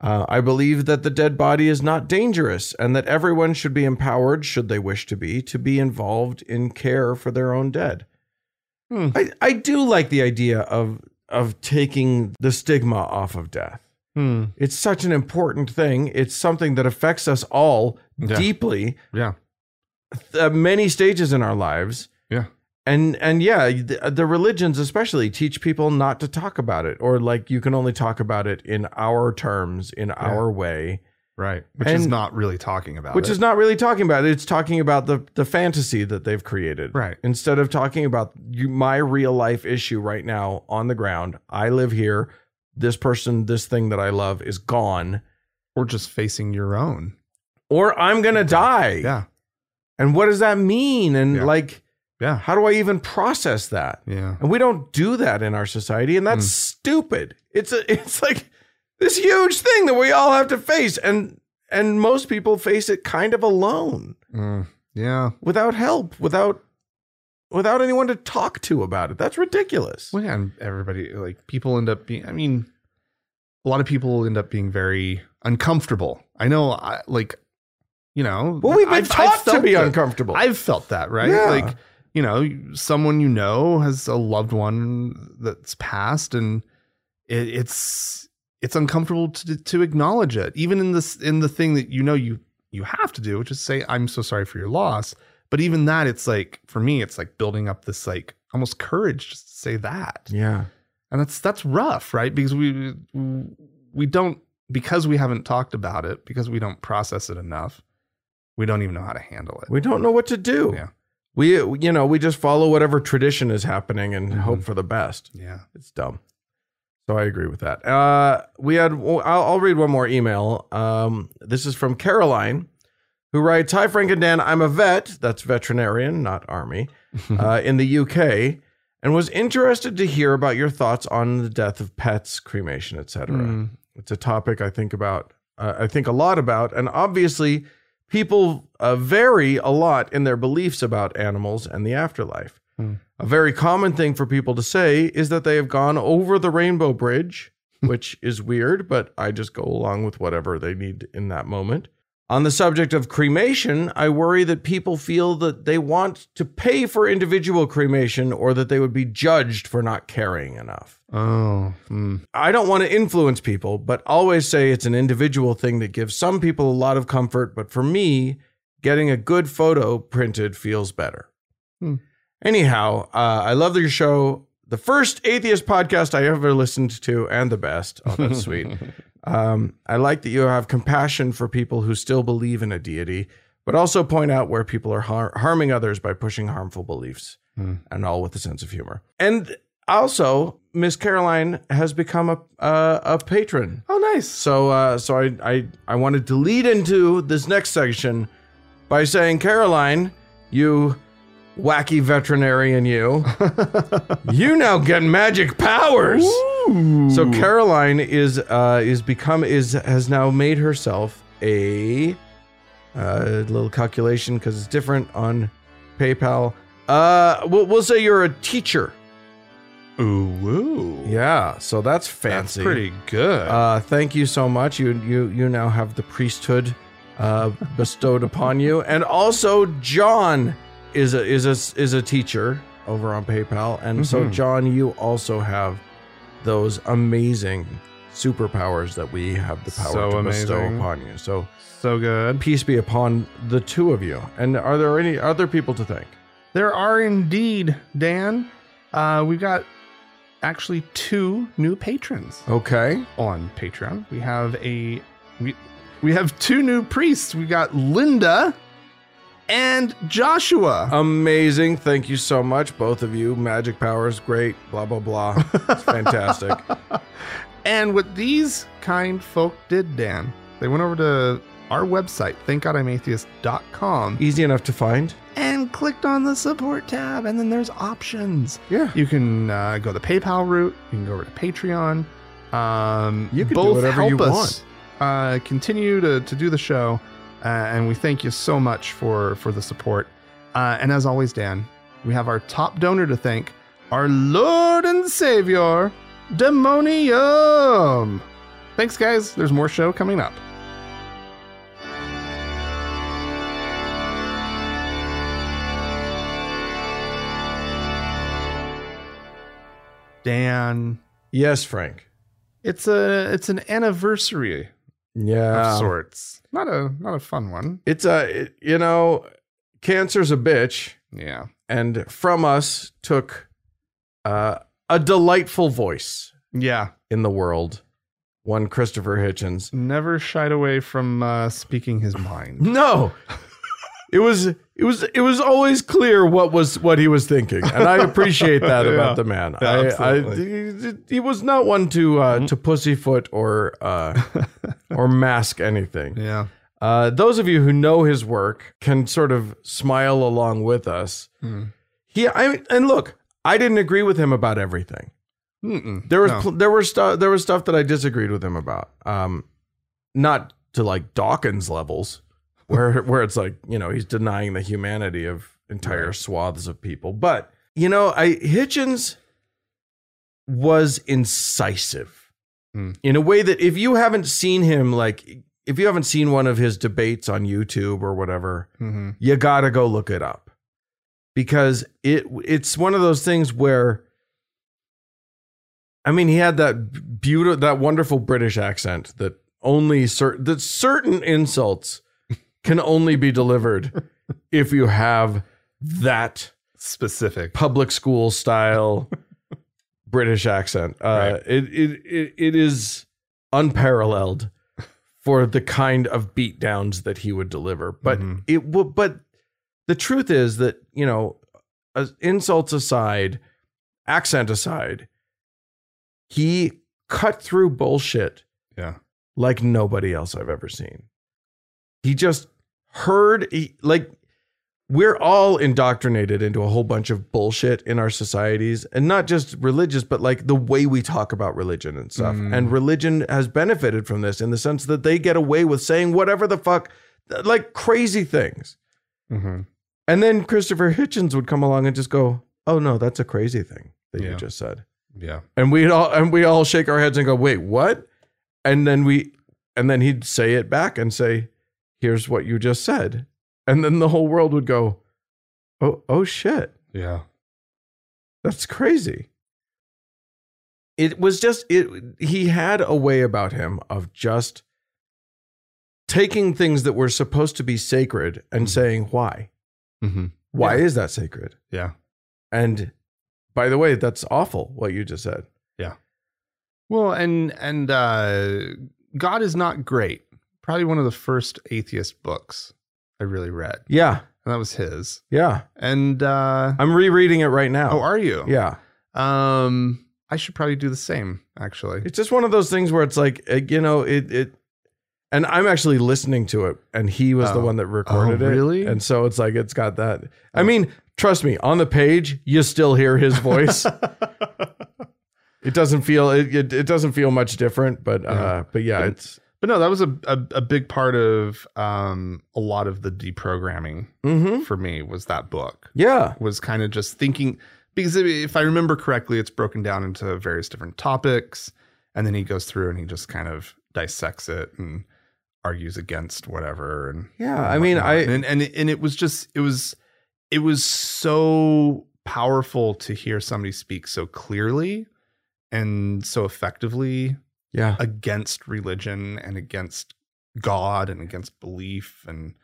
B: uh, I believe that the dead body is not dangerous and that everyone should be empowered, should they wish to be, to be involved in care for their own dead.
A: Hmm.
B: I, I do like the idea of of taking the stigma off of death.
A: Hmm.
B: It's such an important thing. It's something that affects us all
A: Yeah.
B: deeply,
A: Yeah.
B: uh, many stages in our lives.
A: Yeah.
B: And and yeah, the, the religions especially teach people not to talk about it, or like you can only talk about it in our terms, in our way,
A: Right. Which is
B: And-
A: not really talking about
B: which
A: it.
B: is not really talking about it. It's talking about the the fantasy that they've created,
A: Right.
B: Instead of talking about you, my real life issue right now on the ground. I live here. This person, this thing that I love, is gone,
A: or just facing your own.
B: or I'm gonna die.
A: Yeah.
B: And what does that mean? And
A: Yeah.
B: like,
A: Yeah.
B: how do I even process that?
A: Yeah.
B: And we don't do that in our society, and that's
A: Mm.
B: stupid. It's a, *laughs* it's like this huge thing that we all have to face, and and most people face it kind of alone,
A: Mm. Yeah.
B: without help, without without anyone to talk to about it. That's ridiculous.
A: Well, yeah, and everybody like people end up being. I mean, a lot of people end up being very uncomfortable. I know, I, like, you know,
B: Well, we've been
A: I've- I've
B: taught to
A: felt
B: be
A: that.
B: uncomfortable.
A: I've felt that, right?
B: Yeah.
A: Like, you know, someone you know has a loved one that's passed, and it, it's it's uncomfortable to to acknowledge it, even in this in the thing that you know you you have to do, which is say, "I'm so sorry for your loss." But even that, it's like for me, it's like building up this like almost courage just to say that
B: yeah,
A: and that's that's rough right because we we don't because we haven't talked about it because we don't process it enough we don't even know how to handle it
B: we don't know what to do.
A: Yeah.
B: We you know we just follow whatever tradition is happening and
A: Mhm.
B: hope for the best. *laughs*
A: yeah
B: It's dumb. So I agree with that. Uh, we had. I'll, I'll read one more email. Um, this is from Caroline, who writes, "Hi Frank and Dan. I'm a vet. That's veterinarian, not army.
A: Mm-hmm.
B: Uh, in the UK, and was interested to hear about your thoughts on the death of pets, cremation, etc.
A: Mm.
B: It's a topic I think about. Uh, I think a lot about, and obviously, people uh, vary a lot in their beliefs about animals and the afterlife.
A: Hmm.
B: A very common thing for people to say is that they have gone over the rainbow bridge, which is weird, but I just go along with whatever they need in that moment. On the subject of cremation, I worry that people feel that they want to pay for individual cremation or that they would be judged for not caring enough.
A: oh mm.
B: I don't want to influence people, but always say it's an individual thing that gives some people a lot of comfort. But for me, getting a good photo printed feels better.
A: Hmm.
B: Anyhow, uh, I love your show. The first atheist podcast I ever listened to, and the best. Oh,
A: *laughs*
B: that's sweet. Um, I like that you have compassion for people who still believe in a deity, but also point out where people are har- harming others by pushing harmful beliefs
A: Hmm.
B: and all with a sense of humor. And also, Miss Caroline has become a uh, a patron.
A: Oh, nice.
B: So uh, so I, I I wanted to lead into this next section by saying, Caroline, you wacky veterinarian, you you now get magic powers. So Caroline is uh, is become is has now made herself a uh, little calculation because it's different on PayPal. Uh, we'll, we'll say you're a teacher.
A: Ooh, woo.
B: Yeah, so that's
A: That's
B: fancy.
A: pretty good.
B: Uh, thank you so much. You you you now have the priesthood uh, bestowed upon you, and also John is a is a is a teacher over on PayPal, and so
A: Mhm.
B: John, you also have those amazing superpowers that we have the power
A: So
B: to bestow
A: amazing.
B: upon you. So
A: so good.
B: peace be upon the two of you. And are there any other people to thank?
A: There are indeed, Dan. Uh, we've got actually two new patrons
B: Okay,
A: on Patreon. We have a we we have two new priests. We got Linda and Joshua.
B: amazing. Thank you so much, both of you. Magic powers, great. Blah blah blah. It's fantastic.
A: *laughs* and what these kind folk did, Dan, they went over to our website, thankgodimatheist.com,
B: Easy enough to find.
A: and clicked on the support tab. And then there's options.
B: Yeah.
A: You can uh, go the PayPal route. You can go over to Patreon. Um,
B: You can do
A: both
B: whatever
A: help
B: you
A: us Uh, continue to, to do the show, uh, and we thank you so much for for the support. Uh, and as always, Dan, we have our top donor to thank, our Lord and Savior, Demonium. Thanks, guys. There's more show coming up. Dan,
B: Yes, Frank.
A: it's a it's an anniversary
B: Yeah.
A: of sorts. Not a not a fun one.
B: It's a it- you know, cancer's a bitch,
A: Yeah.
B: and from us took uh, a delightful voice
A: Yeah.
B: in the world, one Christopher Hitchens.
A: Never shied away from uh, speaking his mind.
B: No, it was it was it was always clear what was what he was thinking, and I appreciate *laughs* that
A: Yeah.
B: about the man.
A: Yeah,
B: I, I he,
A: absolutely.
B: he was not one to uh, to pussyfoot or *laughs* uh, or mask
A: *laughs*
B: anything.
A: yeah.
B: Uh, those of you who know his work can sort of smile along with us.
A: Hmm.
B: He, I and look, I didn't agree with him about everything.
A: Mm-mm.
B: There was
A: No.
B: pl- there were stuff there was stuff that I disagreed with him about. Um, not to like Dawkins levels, where *laughs* where it's like you know he's denying the humanity of entire
A: Right.
B: swaths of people. But you know, I Hitchens was incisive
A: Hmm.
B: in a way that if you haven't seen him like if you haven't seen one of his debates on YouTube or whatever,
A: Mhm.
B: Mm-hmm. you got to go look it up because it it's one of those things where I mean he had that beautiful that wonderful British accent that only certain that certain insults can only be delivered if you have that
A: Specific.
B: public school style British accent. Uh, it, it it it is unparalleled for the kind of beatdowns that he would deliver. But
A: Mhm.
B: it will. But the truth is that you know, as insults aside, accent aside, he cut through bullshit
A: Yeah.
B: like nobody else I've ever seen. He just heard he, like we're all indoctrinated into a whole bunch of bullshit in our societies and not just religious but like the way we talk about religion and stuff
A: Mm.
B: and religion has benefited from this in the sense that they get away with saying whatever the fuck th- like crazy things
A: Mhm.
B: and then Christopher Hitchens would come along and just go oh no that's a crazy thing that
A: Yeah.
B: you just said
A: Yeah.
B: and we'd all and we all shake our heads and go, "Wait, what?" And then we and then he'd say it back and say, "Here's what you just said." And then the whole world would go, "Oh, oh shit.
A: Yeah.
B: That's crazy." It was just it he had a way about him of just taking things that were supposed to be sacred and
A: Mhm.
B: saying, "Why?
A: Mm-hmm.
B: Why
A: Yeah.
B: is that sacred?"
A: Yeah.
B: And by the way, that's awful what you just said.
A: Well, and and uh, God is not great. Probably one of the first atheist books I really read,
B: Yeah.
A: and that was his.
B: Yeah.
A: And uh,
B: Oh, I'm rereading it right now.
A: oh, are you?
B: Yeah.
A: Um, I should probably do the same, actually.
B: It's just one of those things where it's like, uh, you know, it it. And I'm actually listening to it, and he was the
A: Oh.
B: one that recorded
A: Oh, really? Oh.
B: it. And so it's like it's got that. I mean, trust me, on the page you still hear his
A: *laughs*
B: voice. it doesn't feel it, it, it doesn't feel much different, but uh, but yeah, it's
A: But no, that was a, a, a big part of um, a lot of the deprogramming
B: mm-hmm.
A: for me was that book
B: yeah,
A: was kind of just thinking because if- if I remember correctly, it's broken down into various different topics, and then he goes through and he just kind of dissects it and argues against whatever. And
B: yeah.
A: and
B: I mean,
A: whatnot.
B: I
A: and, and and it was just it was it was so powerful to hear somebody speak so clearly and so effectively
B: yeah.
A: against religion and against God and against belief and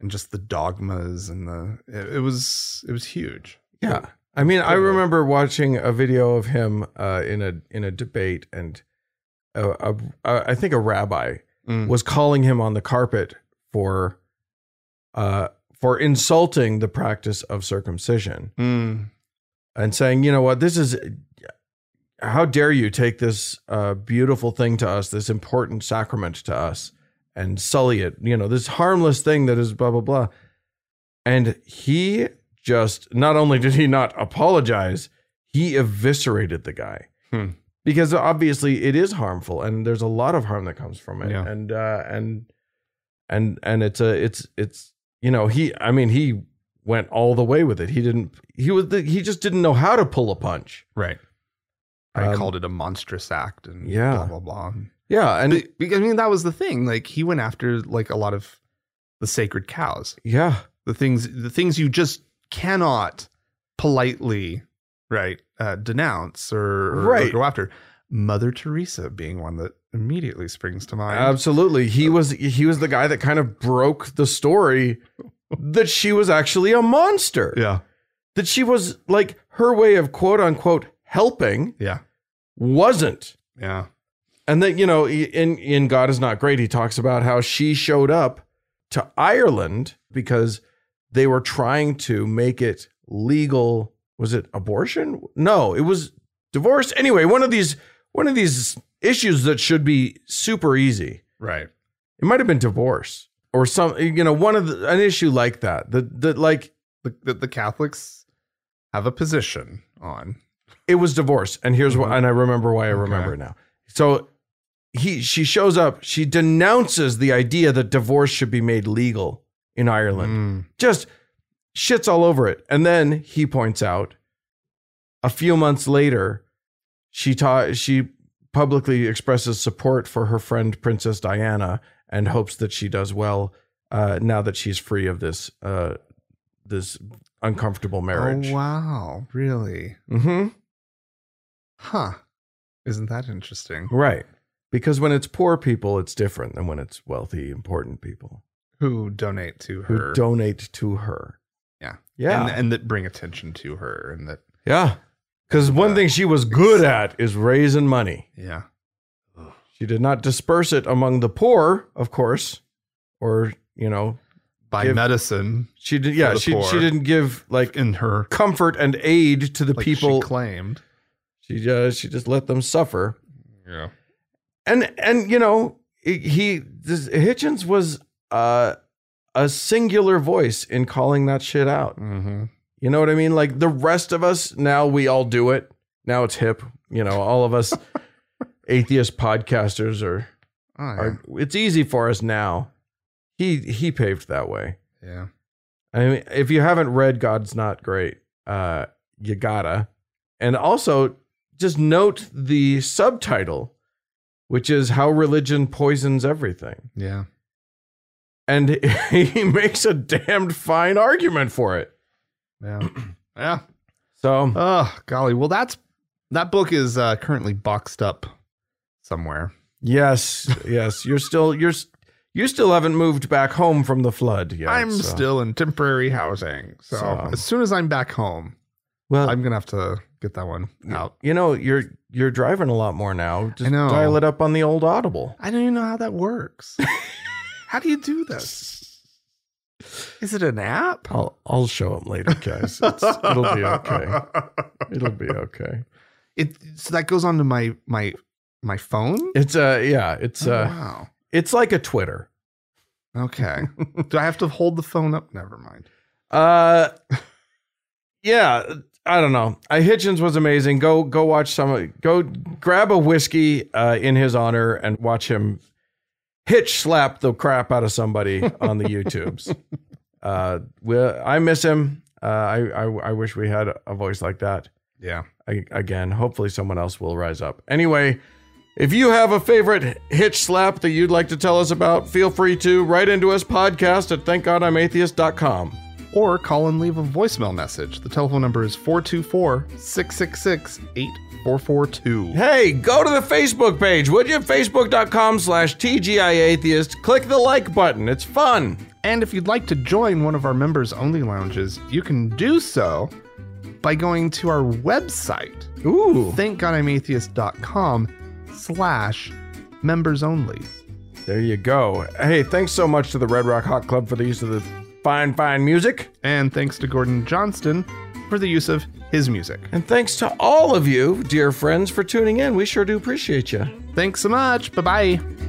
A: and just the dogmas and the it, it was it was huge.
B: Yeah. I mean, I
A: Totally.
B: remember watching a video of him uh, in a in a debate, and uh, a, a, I think a rabbi
A: Mm.
B: was calling him on the carpet for uh, for insulting the practice of circumcision
A: Mm.
B: and saying, you know what, this is how dare you take this uh, beautiful thing to us, this important sacrament to us, and sully it, you know, this harmless thing that is blah, blah, blah. And he just, not only did he not apologize, he eviscerated the guy.
A: Hmm.
B: Because obviously it is harmful, and there's a lot of harm that comes from it,
A: Yeah.
B: and uh, and and and it's a it's it's you know he I mean he went all the way with it. He didn't. He was. The, he just didn't know how to pull a punch.
A: Right. I
B: Um,
A: called it a monstrous act and
B: yeah.
A: blah blah blah.
B: Yeah, and
A: And I mean that was the thing. Like he went after like a lot of the sacred cows.
B: yeah,
A: the things the things you just cannot politely right uh, denounce or, or- or
B: Right.
A: go after mother teresa being one that immediately springs to mind
B: absolutely. He was. He was the guy that kind of broke the story that she was actually a monster.
A: yeah
B: That she was like her way of quote unquote helping
A: yeah
B: wasn't.
A: yeah
B: And then, you know, in in God is not great, he talks about how she showed up to Ireland because they were trying to make it legal. Was it abortion? No, it was divorce. Anyway, one of these one of these issues that should be super easy.
A: right
B: It might have been divorce or some you know, one of the, an issue like that. That that like
A: the, the, the catholics have a position on
B: it was divorce and here's what
A: Mhm.
B: and i remember why i
A: Okay.
B: remember it now so he she shows up she denounces the idea that divorce should be made legal in ireland
A: Mm.
B: just shits all over it and then he points out a few months later she ta- she publicly expresses support for her friend princess diana and hopes that she does well uh, now that she's free of this uh, this uncomfortable marriage
A: oh wow really
B: hmm
A: huh isn't that interesting
B: Right. Because when it's poor people, it's different than when it's wealthy, important people
A: who donate to
B: who
A: her
B: donate to her.
A: Yeah.
B: Yeah.
A: and, and that bring attention to her and that
B: yeah. Because one
A: Uh,
B: thing she was good at is raising money.
A: yeah
B: She did not disperse it among the poor, of course, or, you know,
A: by
B: Give-
A: medicine
B: she did.
A: For
B: Yeah.
A: the
B: She,
A: poor.
B: she didn't give like
A: in her
B: comfort and aid to the
A: like
B: people.
A: she claimed
B: She, uh, she just let them suffer.
A: yeah
B: and and you know he this, Hitchens was uh, a singular voice in calling that shit out.
A: mm-hmm
B: You know what I mean? Like the rest of us now, we all do it. Now it's hip. You know, all
A: *laughs*
B: of us atheist podcasters are,
A: Oh, yeah.
B: are. It's easy for us now. He he paved that way.
A: yeah.
B: I mean, if you haven't read God's Not Great, uh, you gotta. And also, just note the subtitle, which is How Religion Poisons Everything.
A: Yeah.
B: And *laughs* he makes a damned fine argument for it. *clears throat*
A: Yeah. yeah.
B: So,
A: Oh, golly. Well, that's that book is uh, currently boxed up somewhere.
B: yes, yes, you're still, you're, s- you still haven't moved back home from the flood yet.
A: I'm
B: so-
A: still in temporary housing. So,
B: So-
A: as soon as I'm back home,
B: well,
A: I'm going to have to get that one out.
B: you know, you're, you're driving a lot more now. Just
A: know.
B: dial it up on the old Audible.
A: I don't even know how that works. how do you do this? Is it an app?
B: *laughs* I'll, I'll show him later, guys. It's, it'll be okay. It'll be okay.
A: It so that goes onto my my my phone.
B: *laughs* It's uh yeah, it's
A: Oh, *laughs*
B: uh
A: wow.
B: it's like a Twitter.
A: Okay. Do I have to hold the phone up? Never mind.
B: Uh yeah, I don't know. I Hitchens was amazing. Go go watch some go grab a whiskey uh in his honor and watch him hitch slap the crap out of somebody on the YouTubes. Uh well, I miss him. Uh I, I I wish we had a voice like that.
A: Yeah.
B: I, again, hopefully someone else will rise up. Anyway, if you have a favorite hitch slap that you'd like to tell us about, feel free to write into us podcast at thankgodimatheist.com.
A: Or call and leave a voicemail message. The telephone number is 424 666 8442.
B: Hey, go to the Facebook page, would you? Facebook.com slash TGIAtheist. Click the like button. It's fun.
A: And if you'd like to join one of our members only lounges, you can do so by going to our website,
B: Ooh.
A: thankgodimatheist.com slash members only.
B: There you go. Hey, thanks so much to the Red Rock Hot Club for the use of the fine, fine music.
A: And thanks to Gordon Johnston for the use of his music.
B: And thanks to all of you, dear friends, for tuning in. We sure do appreciate you.
A: Thanks so much. Bye bye.